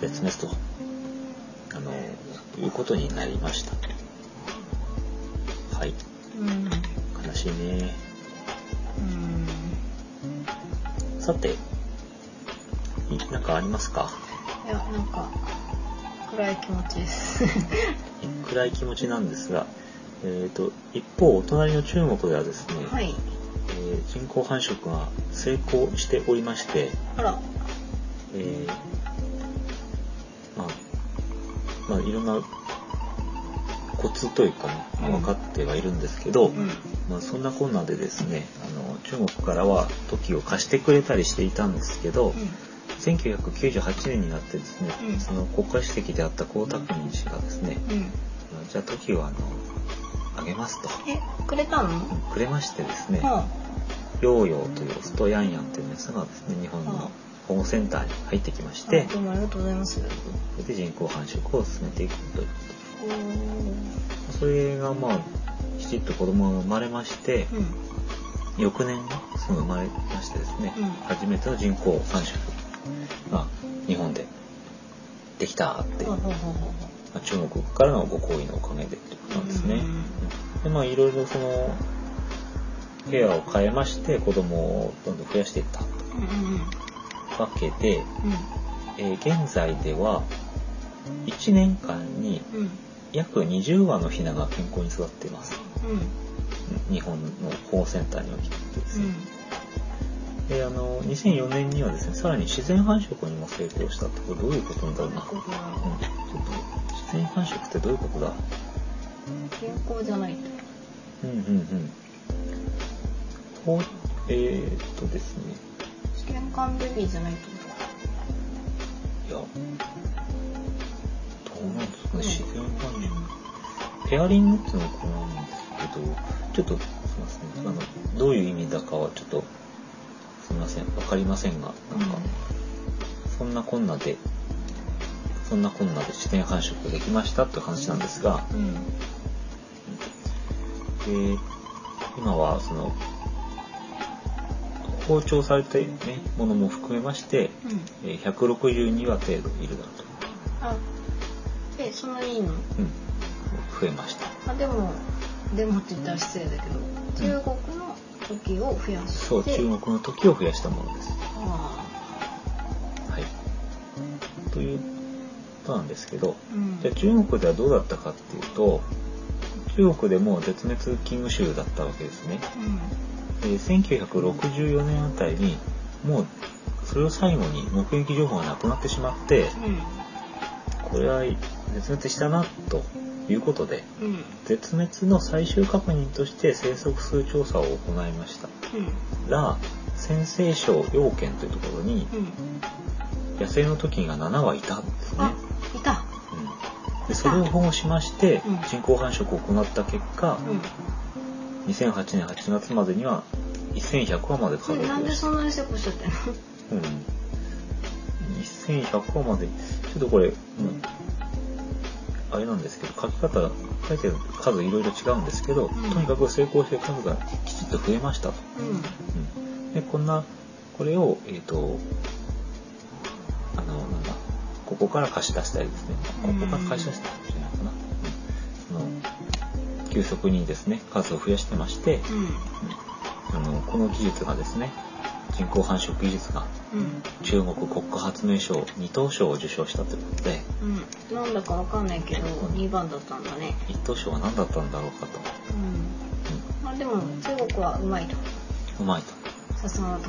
S1: 絶滅とあのいうことになりましたはい
S2: うん。
S1: 悲しいね
S2: うん。
S1: さていなんかありますか
S2: いや、なんか、暗い気持ちです。
S1: え暗い気持ちなんですが、えー、と一方お隣の中国ではですね、
S2: は
S1: え
S2: い。
S1: ー人工繁殖が成功しておりまして、
S2: あら。
S1: えーまあ、まあ、いろんなコツというかね、まあ
S2: うん
S1: 分かってはいるんですけど、
S2: うん。
S1: まあ、そんなこんなでですね、あの、中国からは時を貸してくれたりしていたんですけど、1998年になってですね、
S2: うん
S1: その国家主席であった江沢民氏がですね、
S2: うん。うん。
S1: じゃあ時をあの、あげますと、
S2: え、くれたのうん。
S1: くれましてですね、
S2: あ
S1: ヨーヨーというオスとヤンヤンというメスがですね、日本
S2: うん
S1: の保護センターに入ってきまして、
S2: どうもありがとうございま
S1: そ
S2: す。
S1: れで人工繁殖を進めていくというこ
S2: おー
S1: とそれがまあきちっと子供が生まれまして
S2: うん。
S1: 翌年すぐ生まれましてですね、
S2: うん
S1: 初めての人工繁殖が日本でできたっていう、
S2: ほう
S1: ま
S2: ほうほうほうほ
S1: あ中国からのご好意のおかげでということなんですね、
S2: うん
S1: でまあいろいろその部屋を変えまして子供をどんどん増やしていった
S2: う。うんうんうん。
S1: わけで、
S2: う
S1: えー現在では1年間に
S2: ん。うん。
S1: 約20羽のヒナが健康に育っています
S2: うん。
S1: 日本の保護センターにおきてです
S2: う
S1: ね、
S2: ん。
S1: であの2004年にはですねさらに自然繁殖にも成功したってこれどういうことだろうな、うん、ちょっと自然繁殖ってどういうことだ
S2: 健康じゃないと。
S1: うんうんうんこうえー、っとですね
S2: 試験管ベビーじゃないってことか。
S1: いやどうなんですかね自然繁殖ペアリングっていうのはこうなんですけどちょっとすいませんあのどういう意味だかはちょっとすみませんわかりませんがなんか、そんなこんなでそんなこんなで自然繁殖できましたって話なんですが、
S2: うん。
S1: で今はその包丁された、ね、ものも含めまして、
S2: うん。
S1: えー162羽程度いるだろうと、
S2: あ、え、そんなにいいの
S1: うん、増えました
S2: あ、でも、でもって言ったら失礼だけど、中国の時を増やして、
S1: そう中国の時を増やしたものです
S2: あ
S1: はいということなんですけど
S2: あ、うん
S1: じゃあ中国ではどうだったかっていうと中国でもう絶滅危惧種だったわけですね
S2: うん。
S1: で1964年あたりにもうそれを最後に目撃情報がなくなってしまって
S2: うん。
S1: これは絶滅したなということで
S2: うん。うん。
S1: 絶滅の最終確認として生息数調査を行いましたら先西省要県というところに
S2: うん。
S1: 野生のトキが7羽いたんですね
S2: あ、いた。
S1: うんでそれを保護しまして
S2: うん
S1: 人工繁殖を行った結果
S2: うん。
S1: 2008年8月までには1100羽まで
S2: そ
S1: 稼
S2: れ
S1: 働
S2: なんで
S1: し
S2: そんなに成功しちゃったの
S1: うん、1100個まで、ちょっとこれ、もうあれなんですけど、書き方、書いてる数いろいろ違うんですけど、
S2: うん
S1: とにかく成功して数がきちっと増えましたと。
S2: うん。
S1: うん、で、こんな、これを、えっ、と、あの、なんだ、ここから貸し出したりですね、ここから貸し出したりじゃないかな。うん、その、急速にですね、数を増やしてまして、
S2: う
S1: あの、この技術がですね、人工繁殖技術が
S2: ん。うん。
S1: 中国国家発明賞二等賞を受賞したということで
S2: うん、なんだかわかんないけど、2番だったんだね。
S1: 一等賞は何だったんだろうかと、
S2: うん。まあでも、中国はうまいと。
S1: うまいと
S2: さすがだと。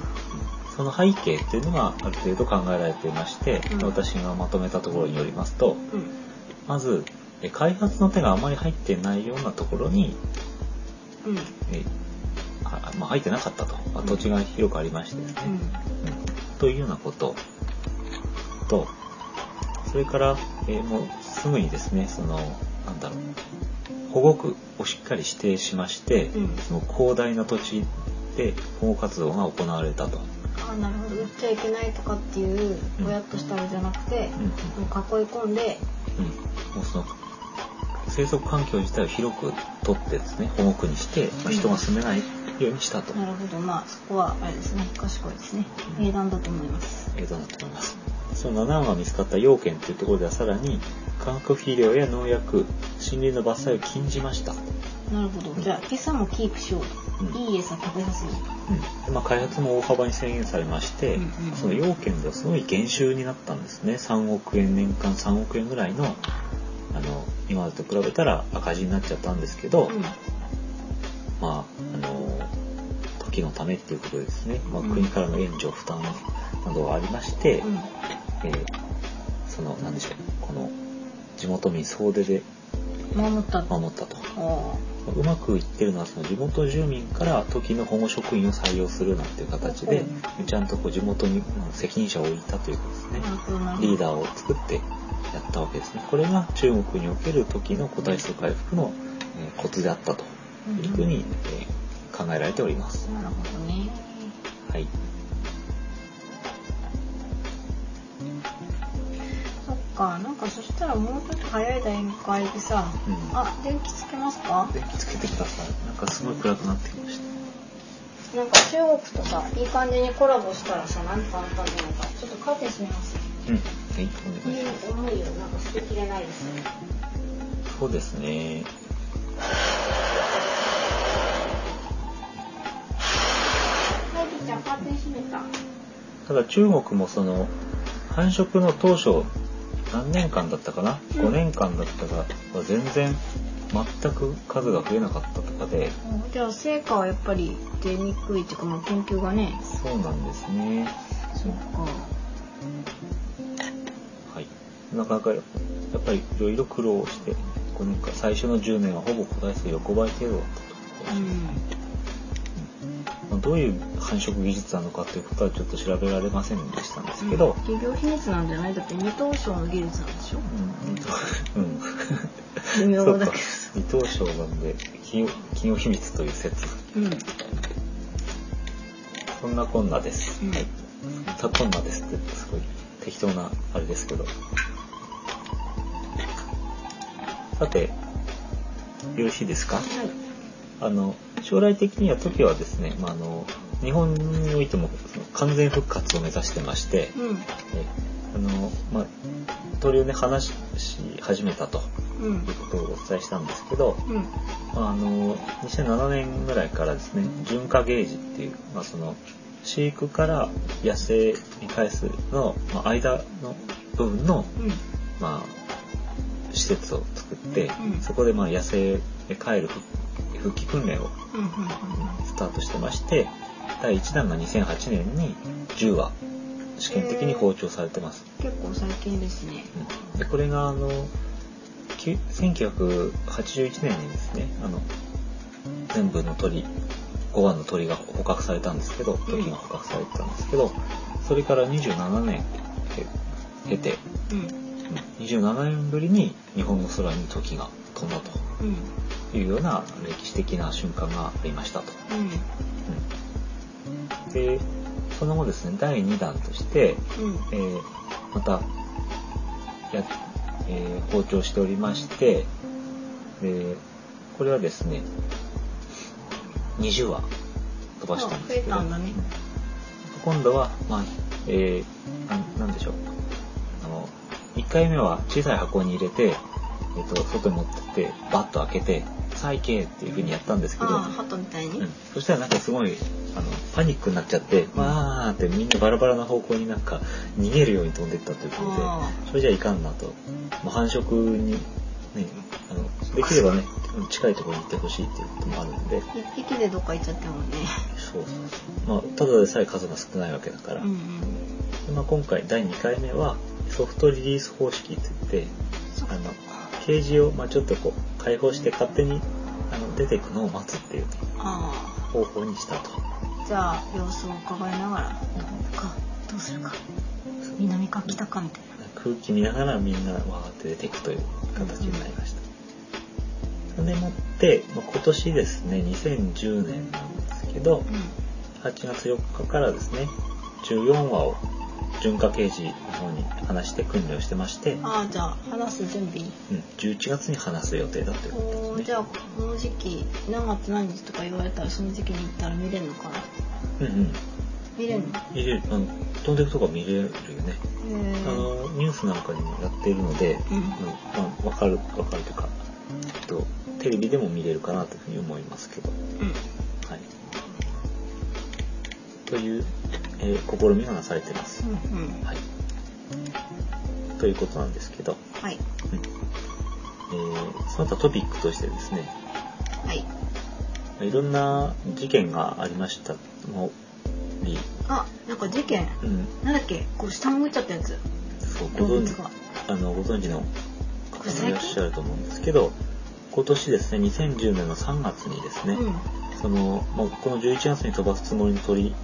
S1: その背景っていうのがある程度考えられていまして、
S2: うん
S1: 私がまとめたところによりますと
S2: うん。
S1: まずえ開発の手があまり入ってないようなところに
S2: うん。
S1: えあまあ、入ってなかったと、まあ土地が広くありましてですね、うんというようなこととそれから、えーもうすぐにですねそのなんだろう保護区をしっかり指定しまして、
S2: うん。うん。
S1: その広大な土地で保護活動が行われたと、
S2: あなるほど売っちゃいけないとかっていう
S1: うん
S2: ぼやっとしたあれじゃなくて、
S1: う
S2: もう囲い込んで
S1: んうんもうその生息環境自体を広く取ってですね保護区にして、まあ人が住めないようにしたと、
S2: なるほどまあそこはあれですね賢いですね
S1: うん
S2: 英断だと思います
S1: えー、どうなっておりますその7羽が見つかった要件というところではさらに化学肥料や農薬森林の伐採を禁じました、
S2: なるほどじゃあ今朝もキープしよう
S1: うん
S2: といい餌食べさせようと
S1: でまあ、開発も大幅に制限されまして、
S2: うんうん
S1: その要件ではすごい減収になったんですね3億円年間3億円ぐらいのあの今までと比べたら赤字になっちゃったんですけど、
S2: うん
S1: まああの時のためっていうことでですね、まあ、
S2: うん
S1: 国からの援助負担などがありまして、
S2: うん
S1: えーその何でしょうこの地元民総出で
S2: 守ったとあ
S1: 守ったと。
S2: あ
S1: うまくいってるのはその地元住民から時の保護職員を採用するなんていう形でちゃんとこう地元にうん責任者を置いたということですね
S2: なるほどなるほど
S1: リーダーを作ってやったわけですねこれが中国における時の個体数回復のえーコツであったというふうにえー考えられております
S2: うんなるほどね
S1: はい
S2: そっかなんかそしたらもうちょっと早い段階でさ、
S1: うん
S2: あ電気つけますか
S1: 電気つけてくださいなんかすごい暗くなってきまし
S2: なんか中国とさいい感じにコラボしたらさ何かあったんじゃないかちょっとカーテン閉めます
S1: たうんはいお願いします
S2: 重いよ、なんか捨てきれないですね。
S1: そうですね
S2: はい、じゃあ、カーテン閉めた。
S1: ただ中国もその繁殖の当初何年間だったかな、
S2: うん
S1: 5年間だったかは全然全く数が増えなかったとかで
S2: うんじゃあ成果はやっぱり出にくいっていうか、まあ、研究がね
S1: そうなんですね
S2: そっか
S1: はい、なかなかやっぱりいろいろ苦労して5年間最初の10年はほぼ個体数横ばい程度だったと、
S2: うん
S1: まあどういう繁殖技術なのかということはちょっと調べられませんでしたんですけど、
S2: 企業秘密なんじゃないだって二等賞の技術なんでしょ
S1: うん、二等うん、
S2: 微 妙
S1: そう
S2: だ
S1: か
S2: けど
S1: 二等賞なんで企業企業秘密という説
S2: うんうん
S1: そんなこんなです、はいそんなこんなですってすごい適当なあれですけどさてよろしいですか
S2: はい
S1: あの将来的には時はですね、まあ、あの日本においてもその完全復活を目指してまして、えあのまあ、鳥をね話し始めたと
S2: うんうん
S1: いうことをお伝えしたんですけど、
S2: うん
S1: まあ、あの2007年ぐらいからですね純化ゲージっていう、まあ、その飼育から野生に対するの、まあ、間の部分の、
S2: うん
S1: まあ、施設を作って、
S2: うん
S1: そこでまあ野生へ帰る復復帰訓練を
S2: うんうんうん
S1: スタートしてまして第1弾が2008年に10話試験的に放鳥されてます、
S2: 結構最近ですね
S1: うんでこれがあのきゅ1981年にですねあの全部の鳥5羽の鳥が捕獲されたんですけど時が捕獲されてたんですけどそれから27年へ経て
S2: うん
S1: うん27年ぶりに日本の空に時が飛んだと
S2: うん
S1: いうような歴史的な瞬間がありましたと。
S2: うん
S1: でその後ですね第2弾として、
S2: うん
S1: えーまたや、えー、放鳥しておりましてでこれはですね20話飛ばしたんですけど
S2: あ増えたんだね
S1: 今度は、まあえーなんなんでしょうあの1回目は小さい箱に入れて、えー、と外に持ってってバッと開けて「再起っていうふうにやったんですけ
S2: あ
S1: ど
S2: あ鳩みたいに、
S1: うんそしたらなんかすごいあのパニックになっちゃって、わーってみんなバラバラな方向になんか逃げるように飛んでったということで、
S2: あ
S1: それじゃいかんなと、まあ、繁殖に、ね、あのできればねうん近いところに行ってほしいっていうこともあるんで、
S2: あ一匹でどっか行っちゃったもんね
S1: そうそうそう、まあ、ただでさえ数が少ないわけだから、
S2: うんうん
S1: でまあ、今回第2回目はソフトリリース方式って言って
S2: そっ
S1: あ
S2: か
S1: のケージをまあちょっとこう解放して勝手にあの出ていくのを待つっていう
S2: あ
S1: 方法にしたと。
S2: あじゃあ様子を伺いながらかどうするか南か北かみたい
S1: 空気見ながらみんなわーって出ていくという形になりました。それでもって、まあ今年ですね、2010年なんですけど、
S2: な
S1: 8月4日からですね、14話を順化刑事の方に話して訓練をしてまして、うん
S2: ああじゃあ話す準備
S1: 11月に話す予定だということ
S2: おー
S1: です
S2: じ
S1: ね。
S2: ゃあこの時期何月何日とか言われたらその時期に行ったら見れるのかな
S1: うんうん。
S2: 見れるの
S1: 見れる、あの飛んでいくとか見れるよね。
S2: へ
S1: あ
S2: ー
S1: の、ニュースなんかにもやっているので、
S2: うん
S1: うんまあ、わかる、わかるというか、えっと、テレビでも見れるかなというふうに思いますけど、
S2: うん
S1: はい。という、えー試みがなされてます。
S2: うんうん
S1: はい。ということなんですけど、
S2: はい
S1: うんえーその他トピックとしてですね、
S2: はい
S1: まあいろんな事件がありましたのに、
S2: あなんか事件
S1: うん、
S2: なんだっけこう下向いちゃったやつ
S1: そう、ご
S2: 動
S1: 存
S2: 物
S1: 知、
S2: が
S1: あの、ご存知の
S2: こ
S1: 方も
S2: れ
S1: い
S2: 最
S1: らっし
S2: 近
S1: ゃると思うんですけど、今年ですね、2010年の3月にです
S2: う
S1: ね、
S2: ん
S1: その、まあ、この11月に飛ばすつもりの鳥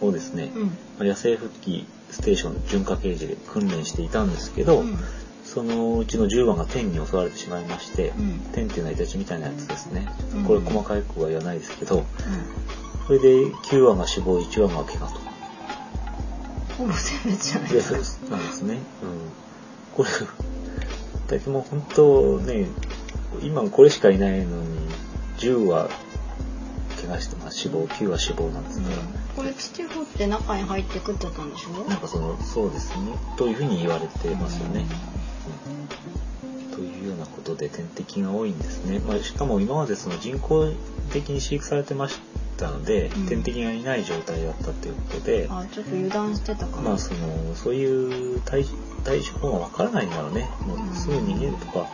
S1: をですね、
S2: うん
S1: まあ野生復帰ステーション巡回ケージで訓練していたんですけど、
S2: うん
S1: そのうちの10羽が天に襲われてしまいまして、
S2: うん
S1: 天っていうのはイタチみたいなやつですね
S2: うん。
S1: これ細かいくは言わないですけど、それで9羽が死亡、1羽が怪我と。
S2: ほぼ全滅じゃない
S1: で
S2: で
S1: そう
S2: す
S1: なんですね。うん、これ、だけもう本当ね、今これしかいないのに、10は怪我して、まあ、死亡、9は死亡なんですから、
S2: これ土掘って中に入って食っちゃったんでしょ
S1: なんかその、そうですね、というふうに言われてますよね。うんというようなことで天敵が多いんですね、まあ、しかも今までその人工的に飼育されてましたので、
S2: うん
S1: 天敵がいない状態だったということで、
S2: あちょっと油断してたか
S1: ま
S2: な
S1: あそのそういう対対処法がわからないんだろうねもうすぐ逃げるとか、うん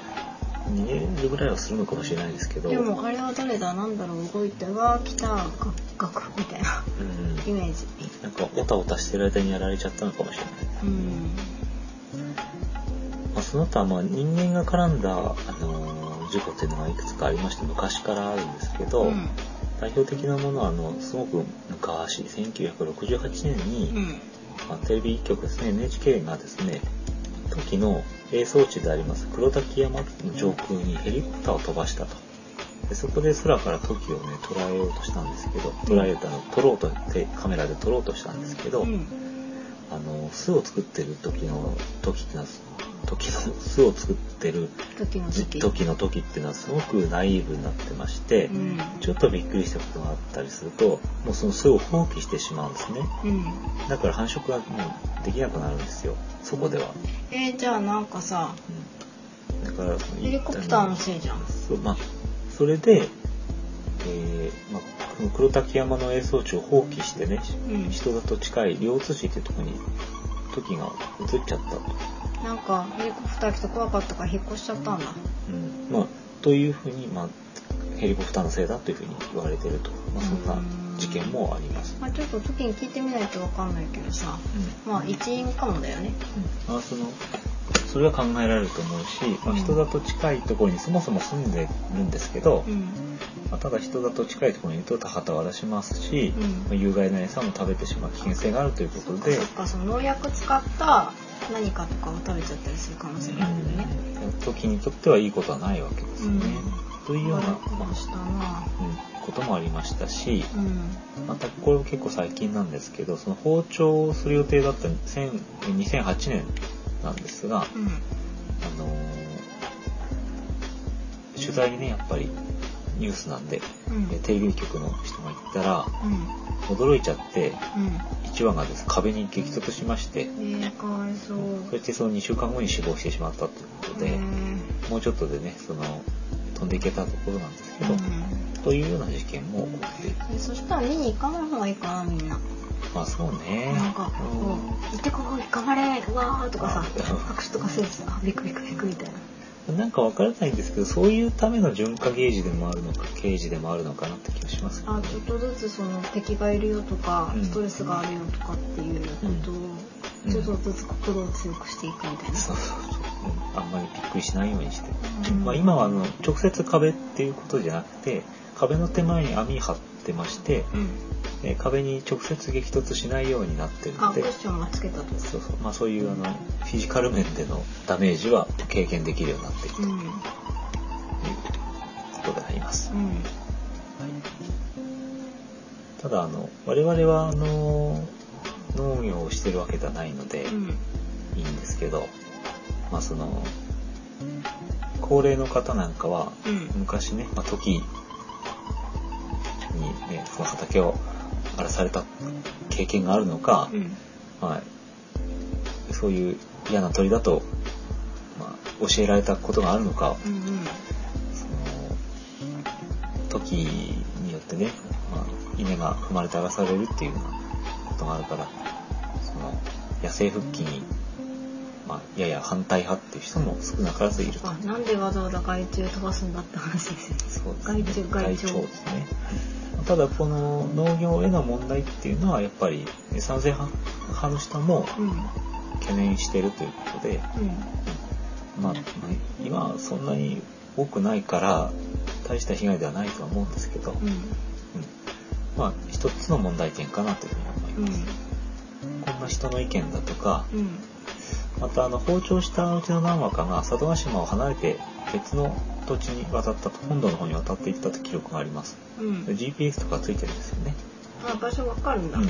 S1: 逃げるぐらいはするのかもしれないですけど
S2: でもあれは誰だなんだろう動いてわー来たガクガクみたいな
S1: うん
S2: イメージ
S1: なんかオタオタしてる間にやられちゃったのかもしれない、
S2: うん
S1: まあ、その他まあ人間が絡んだ、あのー事故っていうのがいくつかありまして昔からあるんですけど、
S2: ん
S1: 代表的なものはあのすごく昔1968年に、
S2: うん
S1: まあテレビ局ですね NHK がですね時の映像地であります黒滝山の上空にヘリコプターを飛ばしたとでそこで空から時をね捉えようとしたんですけど捉えたの撮ろうとってカメラで撮ろうとしたんですけど、
S2: うん
S1: あの巣を作ってる時の時っていうのは時の巣を作ってる
S2: 時の時
S1: 時の時っていうのはすごくナイーブになってまして、
S2: うん
S1: ちょっとびっくりしたことがあったりするともうその巣を放棄してしまうんですね
S2: うん
S1: だから繁殖がもうできなくなるんですよそこでは、
S2: えー、じゃあなんかさ
S1: うん、だから
S2: ヘリコプターのせいじゃん
S1: そうまあそれで、えーまあ、この黒滝山の映像地を放棄してね
S2: うん
S1: 人里近い両津市ってとこに時が移っちゃったと、
S2: なんかヘリコプター来て怖かったから引っ越しちゃったんだ
S1: うんまあ、というふうに、まあ、ヘリコプターのせいだというふうに言われてると、まあ、そんな事件もあります、
S2: まあちょっと時に聞いてみないとわかんないけどさまあ一因かもだよね
S1: うんまあ、そのそれは考えられると思うし、まあ、
S2: うん
S1: 人里近いところにそもそも住んでるんですけど、
S2: うん
S1: まあ、ただ人里近いところにいると田畑を荒らしますし、
S2: うん
S1: まあ有害な餌も食べてしまう危険性があるというこ
S2: そ
S1: と
S2: っか
S1: で
S2: そっかその農薬使った何かとかを食べちゃったりする可能性があるよね
S1: うん時にとってはいいことはないわけですよね。というような、
S2: 悪く
S1: まあ
S2: もしたな
S1: うんこともありましたし、
S2: うん
S1: またこれも結構最近なんですけどその包丁をする予定だった1000 2008年なんですが、
S2: う
S1: あ
S2: ん
S1: のー取材にねやっぱりニュースなんで、
S2: うん
S1: えテレビ局の人が行ったら
S2: うん
S1: 驚いちゃって
S2: うん
S1: 1羽がです壁に激突しまして
S2: えー、かわいそう
S1: そしてその2週間後に死亡してしまったということで、
S2: えー
S1: もうちょっとでねその飛んでいけたところなんですけど、
S2: うん
S1: というような事件も起こっている。
S2: えそしたら見に行かない方がいいかなみんな
S1: まあそうね。
S2: なんか
S1: う
S2: こう「いてここ頑張れうわー」とかさ
S1: うん
S2: 拍手とかするしさビクビクビクみたいな
S1: なんか分からないんですけど、そういうための循化ゲージでもあるのか、刑事でもあるのかなって気がしますけど
S2: あ
S1: ね。
S2: ちょっとずつその敵がいるよとか、
S1: うん
S2: ストレスがあるよとかっていうことを、
S1: うん
S2: ちょっとずつ心を強くしていくみたいな。
S1: そうそうそう。うんあんまりびっくりしないようにして。
S2: うん
S1: まあ今はあの直接壁っていうことじゃなくて、壁の手前に網張ってまして、
S2: うん、
S1: えー壁に直接激突しないようになってる
S2: あ
S1: の
S2: ク
S1: で
S2: ッ、ションがつけたと。
S1: そうそう。まあそういうあのフィジカル面でのダメージは軽減できるようになっていると
S2: う、
S1: いうん
S2: うん、
S1: ことであります。はいただあの我々はあの農業をしてるわけではないので
S2: うん、
S1: いいんですけど、まあその高齢の方なんかは
S2: うん、
S1: 昔ね、まあ、時にねその畑を荒らされた経験があるのか、
S2: うん、
S1: はい、そういう嫌な鳥だと、まあ、教えられたことがあるのか
S2: うん、うん、
S1: その時によってね、まあ、稲が踏まれて荒らされるっていうようなことがあるからその野生復帰に、まあ、やや反対派っていう人も少なからずいると
S2: あ、なんでわざわざ害虫飛ばすんだって話ですよ。
S1: そうです
S2: 害虫害
S1: 害
S2: 鳥
S1: 鳥ですねただこの農業への問題っていうのはやっぱり賛成派派の人も
S2: うん、
S1: 懸念してるということで、
S2: う
S1: まあ、今はそんなに多くないから大した被害ではないとは思うんですけど、
S2: ん、
S1: うんまあ一つの問題点かなというふうに思い
S2: うん、う
S1: ま
S2: ん
S1: す、、こんな人の意見だとか
S2: うん、
S1: またあの包丁したうちの何羽かが佐渡島を離れて別の土地に渡ったと本土の方に渡っていったと記録があります
S2: うん、
S1: で GPS とかついてるんですよね、
S2: あ、場所わかるんだ。
S1: うん、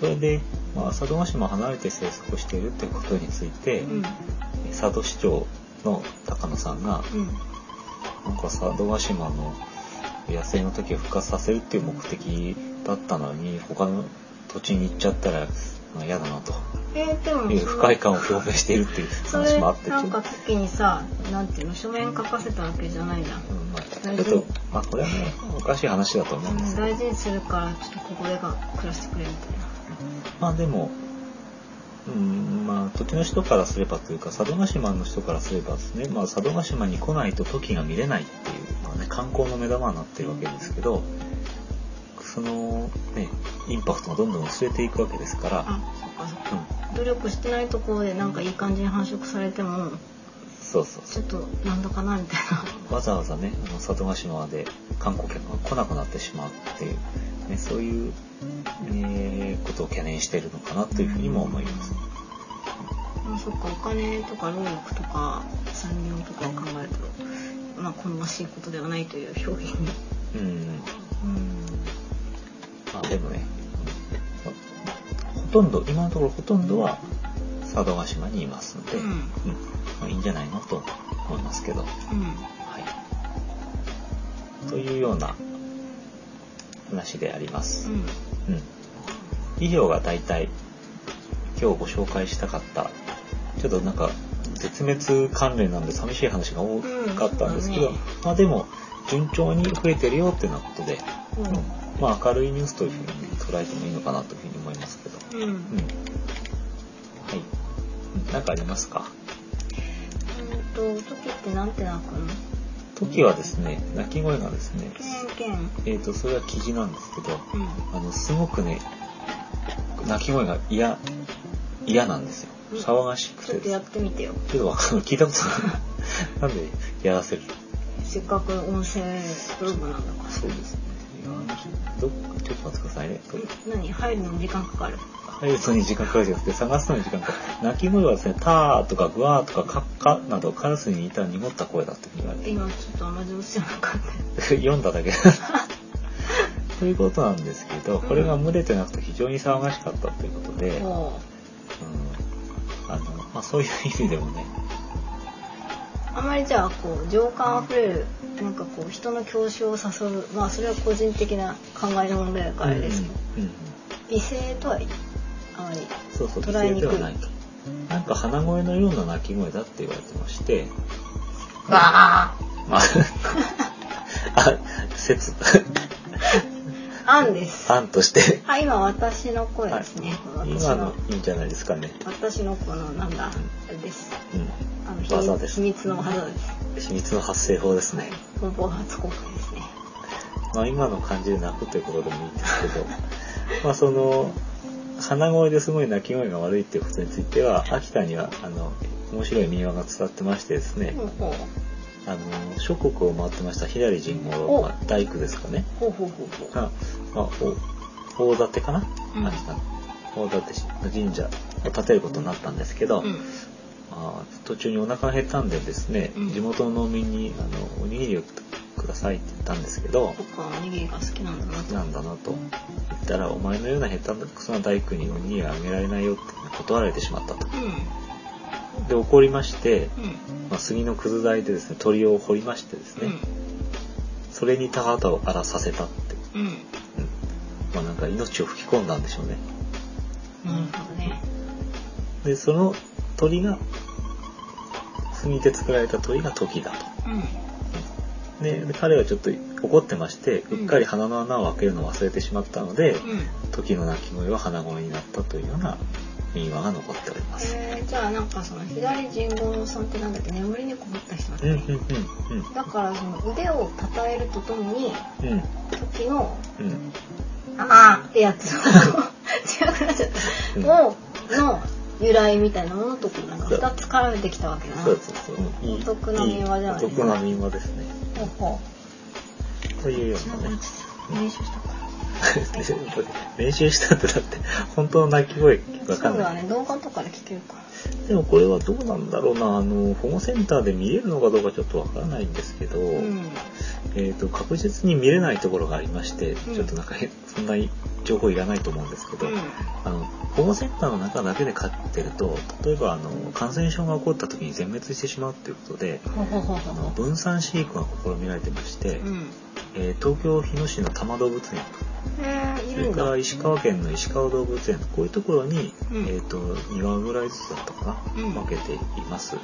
S1: それで、まあ、佐渡島を離れて生息しているってことについて、
S2: うん、
S1: 佐渡市長の高野さんが
S2: うん、
S1: なんか佐渡島の野生の時を復活させるっていう目的だったのに他の土地に行っちゃったらまあ嫌だなと
S2: えー、でも
S1: いう
S2: その
S1: 不快感を表明しているっていう
S2: そ
S1: 話
S2: れ
S1: もあってちょ
S2: な
S1: っ
S2: ん
S1: と
S2: か時にさなんていうの書面書かせたわけじゃないじゃん、
S1: うんまあ
S2: 大
S1: ちょ
S2: 丈
S1: っ
S2: 夫
S1: とまあこれはねおかしい話だと思うんで
S2: うん
S1: すけど
S2: 大事にするからちょっとここでが暮らしてくれみたいな
S1: まあでもうんまあ、土地の人からすればというか佐渡島の人からすればですね、まあ、佐渡島に来ないとトキが見れないっていう、まあね、観光の目玉になってるわけですけどその、ね、インパクトがどんどん薄れていくわけですから、
S2: あそっかそっか
S1: う
S2: 努力してないところでなんかいい感じに繁殖されても
S1: ん、そうそう
S2: ち
S1: そ
S2: ょっとなんだかなみたいな
S1: うわざわざねあの佐渡島で観光客が来なくなってしまうっていう、ね、そういう、えーことを懸念してるのかなというふうにも思います。
S2: まあ、そっかお金とか労力とか産業とかを考えると、まあ、好ましいことではないという表現に。
S1: うん
S2: うん
S1: まあでもね、ほとんど、今のところほとんどは佐渡島にいますので、
S2: う
S1: う
S2: ん
S1: んまあ、いいんじゃないのと思いますけど、
S2: うん
S1: はい。というような話であります。
S2: う
S1: う
S2: ん
S1: ん。以上が大体今日ご紹介したかった、ちょっとなんか絶滅関連なんで寂しい話が多かったんですけど、
S2: うんそ
S1: まあ
S2: うだね
S1: でも順調に増えてるよってなことで、まあ、明るいニュースというふうに捉えてもいいのかなというふうに思いますけど。
S2: うんう
S1: う
S2: ん
S1: ん。はい。なんかありますか
S2: うんと時ってなんて鳴くの
S1: 時はですね、鳴き声がですね、
S2: けんけん
S1: えっ、と、それはキジなんですけど、
S2: うん
S1: あの、すごくね、鳴き声が嫌、嫌なんですよ。
S2: うん
S1: 騒がしく
S2: ちょ
S1: て
S2: っとや
S1: です
S2: っ。てみてよ
S1: ちょっとわかんない。聞いたことない。 なんでやらせる
S2: せっかく音声ブログなんだから
S1: そうですね。いやどっかちょっと待ってくださいね。
S2: え何入るのに時間かかる
S1: 入るのに時間かかるじゃなくて探すのに時間かかる。鳴き声はですね、ターとかグワーとかカッカなどカラスに似た濁った声だって言われて
S2: 今ちょっとあんま上手じゃなかったよ
S1: 読んだだけということなんですけど、これが群れてなくて非常に騒がしかったということで、うん
S2: ほ
S1: あのまあ、そういう意味でもね、
S2: うあまりじゃあこう情感あふれるなんかこう人の教習を誘うまあそれは個人的な考えの問題だからあれですけど、
S1: うんうん
S2: 美声とはあまり
S1: そうそう、
S2: 捉えにくい
S1: 犠牲ではないと。なんか鼻声のような鳴き声だって言われてまして、
S2: バー
S1: まあ、あ、説、
S2: アンです
S1: 案として、
S2: はい今私の声ですね、
S1: はい
S2: 私
S1: 今の
S2: の
S1: いいんじゃないですかね。
S2: 私のこのなんだあれです
S1: うん。
S2: あの秘
S1: 技で
S2: 密
S1: す
S2: 秘密の技です
S1: 秘密の発生法ですね。
S2: 本邦初公開ですね
S1: まあ今の感じで泣くということでもいいんですけど、 まあその、鼻声ですごい泣き声が悪いっていうことについては、秋田には、あの、面白い民話が伝わってましてですね、
S2: ほうほ
S1: あ
S2: う
S1: の、諸国を回ってました左陣五郎、
S2: お
S1: まあ大工ですかね、
S2: ほうほうほうほう
S1: が、まあ、お大館かな、
S2: うん
S1: 秋田の大館の神社を建てることになったんですけど、
S2: うん
S1: まあ、途中にお腹が減ったんでですね、
S2: うん
S1: 地元の農民にあのおにぎりをくださいって言ったんですけど
S2: 僕はおにぎりが好きなんだな
S1: 好き
S2: と
S1: なんだなと言ったらお前のような下手くそな大工におにぎりはあげられないよって断られてしまったと
S2: う
S1: で怒りまして、
S2: んうん
S1: まあ、杉のくず材でですね鳥を掘りましてですね、それに田畑を荒らさせたって、
S2: うんうん
S1: うんまあなんか命を吹き込んだんでしょうね
S2: なるほどね
S1: でその鳥が杉で作られた鳥が時だと
S2: うん
S1: でで彼はちょっと怒ってまして
S2: うん
S1: うっかり鼻の穴を開けるのを忘れてしまったので、
S2: うん
S1: 時の鳴き声は鼻声になったというような民話が残っております。
S2: えー、じゃあなんかその左人五郎さんってなんだっけ眠りにこもった人だっ
S1: う
S2: た
S1: んうん
S2: ね
S1: う
S2: だからその腕を叩えるとともに
S1: んうん
S2: 時の
S1: うんうん
S2: 「あーってやつ違うくなっちゃった、
S1: うん
S2: をの由来みたいなものとこうなんか2つ絡めてきたわけだな
S1: そうそうそういい
S2: お得な民話じゃない
S1: いお得な民話ですね。
S2: ほうほ
S1: というよ
S2: うちな
S1: う
S2: み
S1: なね
S2: にちょっと練習したから
S1: 練習したってだって本当の鳴き声わか
S2: そうんだ
S1: ない。
S2: ね動画とかで聞けるから
S1: でもこれはどうなんだろうなあの保護センターで見れるのかどうかちょっとわからないんですけど。
S2: うん
S1: えー、と確実に見れないところがありまして、
S2: うん
S1: ちょっとなんかへそんなに情報いらないと思うんですけど、
S2: うん
S1: あの保護センターの中だけで飼ってると例えばあの感染症が起こった時に全滅してしまうということで
S2: ほうほうほうほ
S1: あ
S2: う
S1: の分散飼育が試みられてまして、
S2: うん
S1: えー東京日野市の多摩動物園
S2: へえい
S1: そ
S2: る
S1: れ
S2: ん
S1: か
S2: だ
S1: ら石川県の石川動物園こういうところに、
S2: うん
S1: えー、と2羽ぐらいずつだったかな、
S2: うん
S1: 分けています。で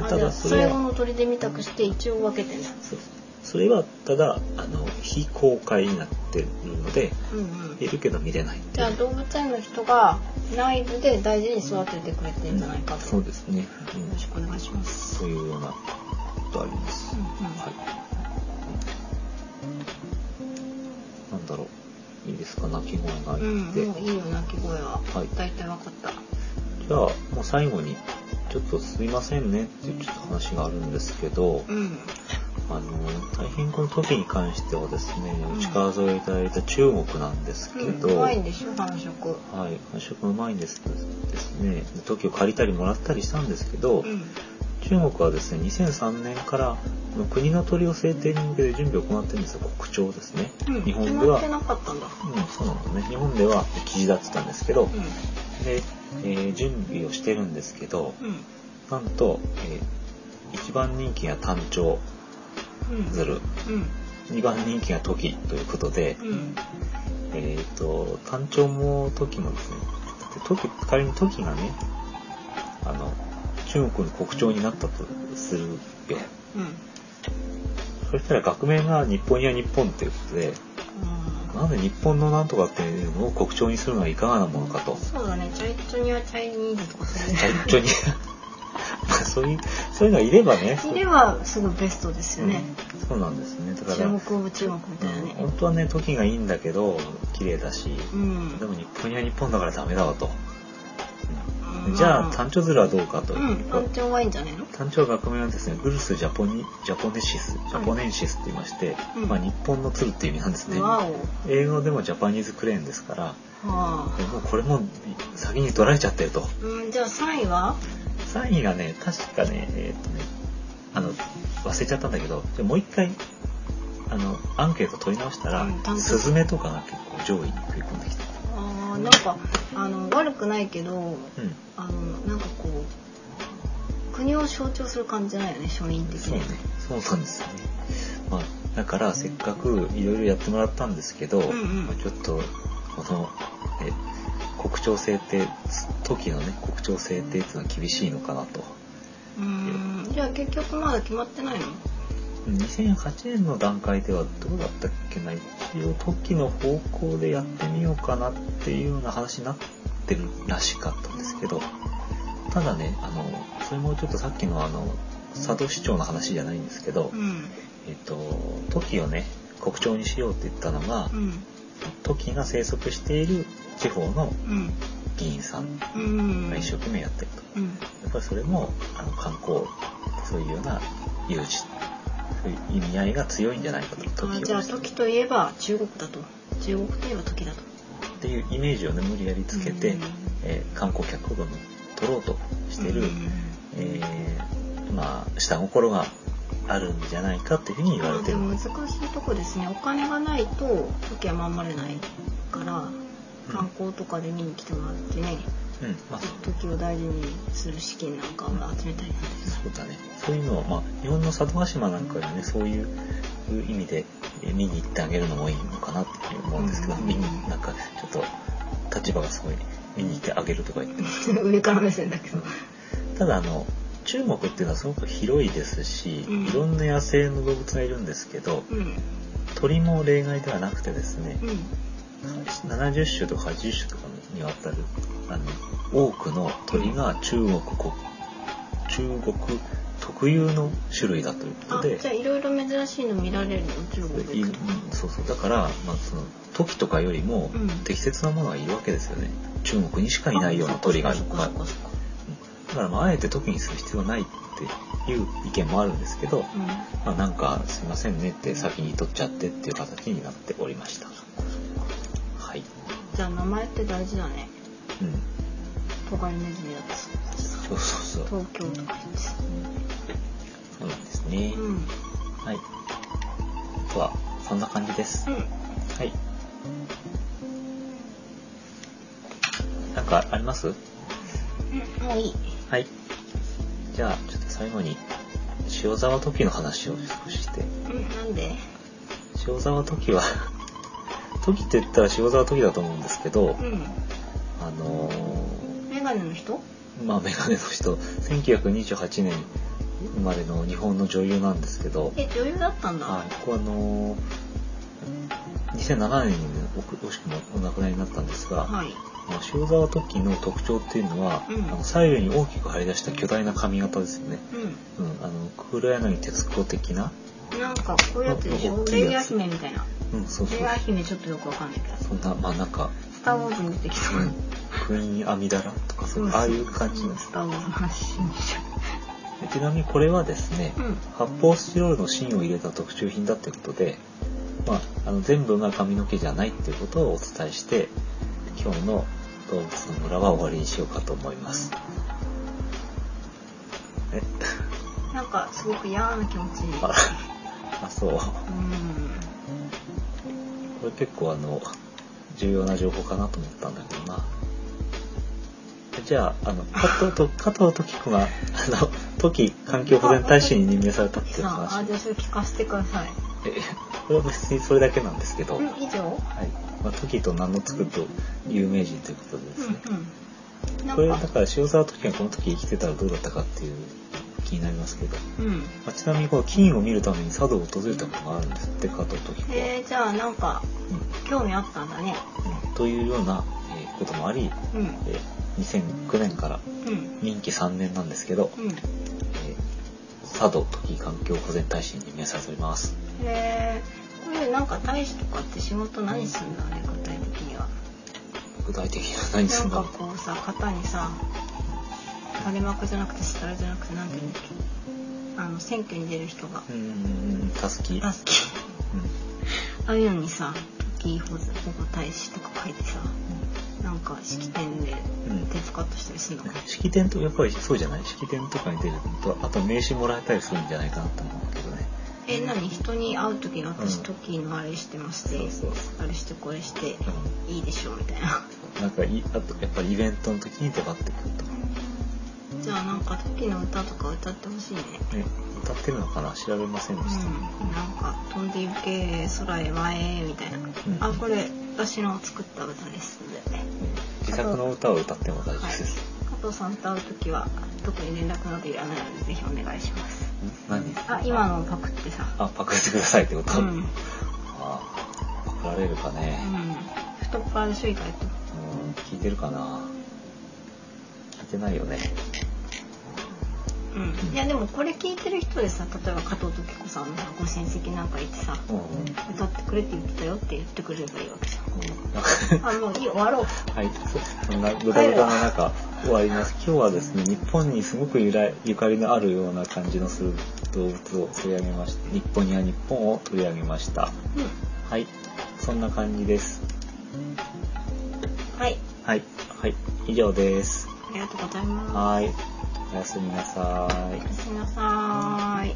S2: あ
S1: た
S2: じゃ
S1: だ
S2: あ
S1: それ
S2: 最後
S1: は
S2: の鳥で見たくして一応分けてんだ
S1: そうそれはただあの非公開になってるので
S2: うんうん
S1: いるけど見れないって
S2: じ
S1: い
S2: ゃあ
S1: う
S2: 動物園の人が内部で大事に育ててくれてるんじゃないかと、
S1: そう
S2: よ
S1: ですね、
S2: ろしくお願いしま
S1: うん、
S2: す、
S1: というようなことあります、
S2: うんうん
S1: はいなんだろういいですか鳴き声が
S2: う
S1: 入
S2: ん
S1: って、
S2: もういいよ鳴き声は、
S1: はい
S2: 大体わかった
S1: じゃあもう最後にちょっとすいませんねっていうちょっと話があるんですけど、
S2: うん
S1: あの大変この時に関してはですね
S2: ん
S1: 内川添えいただいた中国なんですけど、
S2: うん、怖いんでしょ繁殖
S1: はい、繁殖うまいんですですね時を借りたりもらったりしたんですけど、
S2: うん
S1: 中国はですね2003年から国の鳥を制定に向けて準備を行ってるんですよ国鳥ですね、
S2: うん
S1: 日本で
S2: 決ま
S1: は
S2: ってなかったんだ
S1: うんそうなんだね日本では記事だってたんですけど、
S2: う
S1: で、えー準備をしてるんですけど
S2: んうん
S1: なんと、えー一番人気が単調
S2: うん
S1: ズル
S2: うん
S1: 2番人気がトキということで、
S2: うん
S1: えっ、と、単調も時もですね、だって時、仮に時がね、あの、中国の国鳥になったとするよ。
S2: うん
S1: そしたら学名が日本や日本ということで、なんで日本のなんとかっていうのを国鳥にするのはいかがなものかと。
S2: そうだね、チャイチョニアチャイニーズとかそういう
S1: 本当 に。まあそういう、そういうのがいればね。
S2: いればすごいベストですよね。
S1: うんそうなんですね。だから、
S2: 中国も中国みたいな
S1: うん
S2: ね。
S1: 本当はね、時がいいんだけど、綺麗だし、
S2: うん
S1: で。も日本には日本だからダメだわと。
S2: うん
S1: じゃ
S2: ま
S1: あ、単調ズルはどうかと。
S2: うん、単調はいいんじゃないの？
S1: 単調学名はですね、グルスジャポニ、ジャポネシス、ジャポネンシスって言いまして、
S2: うん
S1: まあ日本の鶴っていう意味なんですね。
S2: わお。
S1: 英語でもジャパニーズクレーンですから、
S2: はあ。
S1: もうこれも先に取られちゃってると。
S2: うん、じゃあ三位は？
S1: 3位がね、確かね、えーっとね、あの、忘れちゃったんだけど、でもう一回、あの、アンケート取り直したら、
S2: うん単調
S1: スズメとかが結構上位に食い込んできた。
S2: あーなんかあの悪くないけど、
S1: うん。
S2: あのなんかこう国を象徴する感じじゃないよね、庶民的
S1: そう
S2: で
S1: ね。。そうなんですよね。まあ、だから、せっかくいろいろやってもらったんですけど、
S2: んうん
S1: まあちょっと、この、え、国庁制定、時のね、国庁制定っていうのは厳しいのかなと。
S2: うん。じゃあ結局まだ決まってないの？
S1: うん2008年の段階ではどうだったっけな、一応時の方向でやってみようかなっていうような話になってるらしかったんですけど、ただね、あの、それもちょっとさっきのあの、佐渡市長の話じゃないんですけど、
S2: うん。
S1: えっと、トキをね、国鳥にしようって言ったのが、
S2: うん。
S1: トキが生息している地方の
S2: うん。
S1: 議員さん
S2: うん。
S1: が一生懸命やってると。
S2: うん。
S1: やっぱりそれも、あの、観光、そういうような有事、そういう意味合いが強いんじゃないかと、
S2: あ
S1: 時
S2: じゃ
S1: を
S2: あ時といえば中国だと中国といえば時だと
S1: っていうイメージをね、無理やりつけて、
S2: うん
S1: えー観光客をどんどん取ろうとしてる、
S2: うん
S1: えーまあ、下心があるんじゃないかっていうふうに言われて
S2: で
S1: る。
S2: も難しいとこですねお金がないと時は守れないから観光とかで見に来てもらってね、
S1: うん、まあ、
S2: 時を大事にする資金なんかを集めたりなんです
S1: そうだね。そういうのは、まあ、日本の佐渡島なんかはね、そういう意味でえー見に行ってあげるのもいいのかなっていう思うんですけど、
S2: うん
S1: 見に、なんか、ちょっと、立場がすごい、見に行ってあげるとか言って。
S2: 上から目線だけど
S1: ただ、あの、中国っていうのはすごく広いですし、
S2: うん
S1: いろんな野生の動物がいるんですけど、
S2: うんうん
S1: 鳥も例外ではなくてですね、70種とか80種とかにわたる、あの、多くの鳥が中国国、中国特有の種類だということ
S2: あ
S1: で
S2: じゃ、あいろいろ珍しいの見られるの中国で
S1: いうんそうそうだから、まあ、その時とかよりも
S2: うん
S1: 適切なものがいるわけですよね、中国にしかいないような鳥がいっぱいうんだから、まあ、あえて時にする必要はないっていう意見もあるんですけど、
S2: うん
S1: まあ、なんかすいませんねって先に取っちゃってっていう形になっておりましたはい、
S2: じゃあ名前って大事だね
S1: うん、
S2: トガリネズミだってさ
S1: そうそうそう
S2: 東京とか行ってさ
S1: そうなんですね、
S2: うん
S1: はいあとはそんな感じです、
S2: う
S1: はいなんかあります
S2: ん、もういい。
S1: はい。じゃあ、ちょっと最後に、塩沢時の話を少しして。
S2: うん、なんで？
S1: 塩沢時は、時って言ったら塩沢時だと思うんですけど
S2: う、ん。
S1: あの
S2: メガネの人？
S1: ーまあ、メガネの人、1928年生まれの日本の女優なんですけど、
S2: え、女優だったんだ。
S1: はい、ここはあのー2007年にねおく惜しくもお亡くなりになったんですが、
S2: はい。
S1: あの塩沢時の特徴っていうのは、
S2: うん
S1: あの左右に大きく張り出した巨大な髪型ですよね。
S2: う
S1: うん、あの黒柳徹子的な、
S2: ん。なんか、こういうやつでしょ
S1: 大き
S2: レ
S1: い
S2: イヤ
S1: や
S2: ー
S1: つ
S2: 姫みたいな。
S1: うん、そうそ
S2: レ
S1: う
S2: イヤー姫ちょっとよくわかんないけど。
S1: そんなまあなんか、
S2: スターウォーズに出てきそうう。
S1: ん、クイーン阿弥陀羅とかそうああいう感じなんです
S2: ス。ターウォーズの話しにしちゃ
S1: でちなみにこれはですね、
S2: う。うん。
S1: 発泡スチロールの芯を入れた特注品だってことで、まあ、あの全部が髪の毛じゃないっていうことをお伝えして今日の「動物の村」は終わりにしようかと思いますえ
S2: なんか、すごく嫌な気持ち。
S1: あ あそうこ
S2: うん。
S1: れ結構あの重要な情報かなと思ったんだけどなじゃああの加藤と加藤時子があの時環境保全大使に任命されたっていう
S2: さあ、あ、
S1: 話
S2: じゃあそれ聞かせてください。
S1: えこれは別にそれだけなんですけど、
S2: うん、以上
S1: はい。まあ、トキと名の付くと有名人ということでですね。
S2: うんうん。
S1: これ、
S2: な
S1: だ
S2: んか、
S1: から塩沢時がこの時生きてたらどうだったかっていう気になりますけど。
S2: うん。
S1: まあ、ちなみにこの金を見るために佐渡を訪れたことがあるんですって、加藤時子は。
S2: えー、じゃあなんか、興味あったんだね。
S1: うんうんというような、えーこともあり、
S2: うん。
S1: えー2009年から
S2: うん。
S1: 任期3年なんですけど、
S2: うん。
S1: えー佐渡時環境保全大使に任命されております。
S2: えー、これなんか大使とかって仕事何すんだね、具体的には。
S1: 具体的には何す
S2: な
S1: る
S2: ん
S1: んだ
S2: か
S1: ろう。
S2: こうさ、肩にさ、垂れ幕じゃなくて、しだれじゃなくて、なんていうんだっけ。あの、選挙に出る人が。
S1: うーん、たすき。
S2: あ、好き。
S1: うん
S2: ああいうのにさ、時保護大使とか書いてさ、なんか式典で
S1: うんうん
S2: 手スカットしたりするのかな。
S1: 式典とやっぱりそうじゃない式典とかに出るのとあと名刺もらえたりするんじゃないかなと思うけどね
S2: え何人に会う時に私
S1: うん
S2: 時のあれしてまして、
S1: そうそうそ
S2: あれしてこれして
S1: う、
S2: いいでしょみたいな
S1: うん、なんかいあとやっぱりイベントの時に出張ってくるとか
S2: じゃあなんか時の歌とか歌ってほしいね
S1: ね歌ってるのかな調べませんでした、
S2: うんなんか「飛んで行け空へ前へ」みたいな、
S1: ん
S2: あこれ私の作った歌ですので
S1: 自作の歌を歌っても大丈夫です、
S2: 加藤さんと会う時は特に連絡などいらないのでぜひお願いします
S1: ん何
S2: あ今のパクってさ
S1: あパクってくださいってこと、
S2: うん、うん、
S1: あーパクられるかね、
S2: 太っ腹でしょ意外と
S1: うん、聞いてるかな聞いてないよね
S2: うんいやでもこれ聞いてる人でさ例えば加藤時子さんのさご親戚なんかいてさ
S1: うん、うん
S2: 歌ってくれって言ってたよって言ってくれればいいわけ じ
S1: なんか
S2: ゃんあもういいよ終わろう
S1: はい、そんなぐだぐだの中終わります。今日はですね、日本にすごくゆらゆかりのあるような感じのする動物を取り上げました。日本には日本を取り上げました。
S2: うん
S1: はい、そんな感じです。
S2: はい
S1: はい、はい、以上です。
S2: ありがとうございます
S1: はい、おやすみなさい
S2: お。やすみなさーい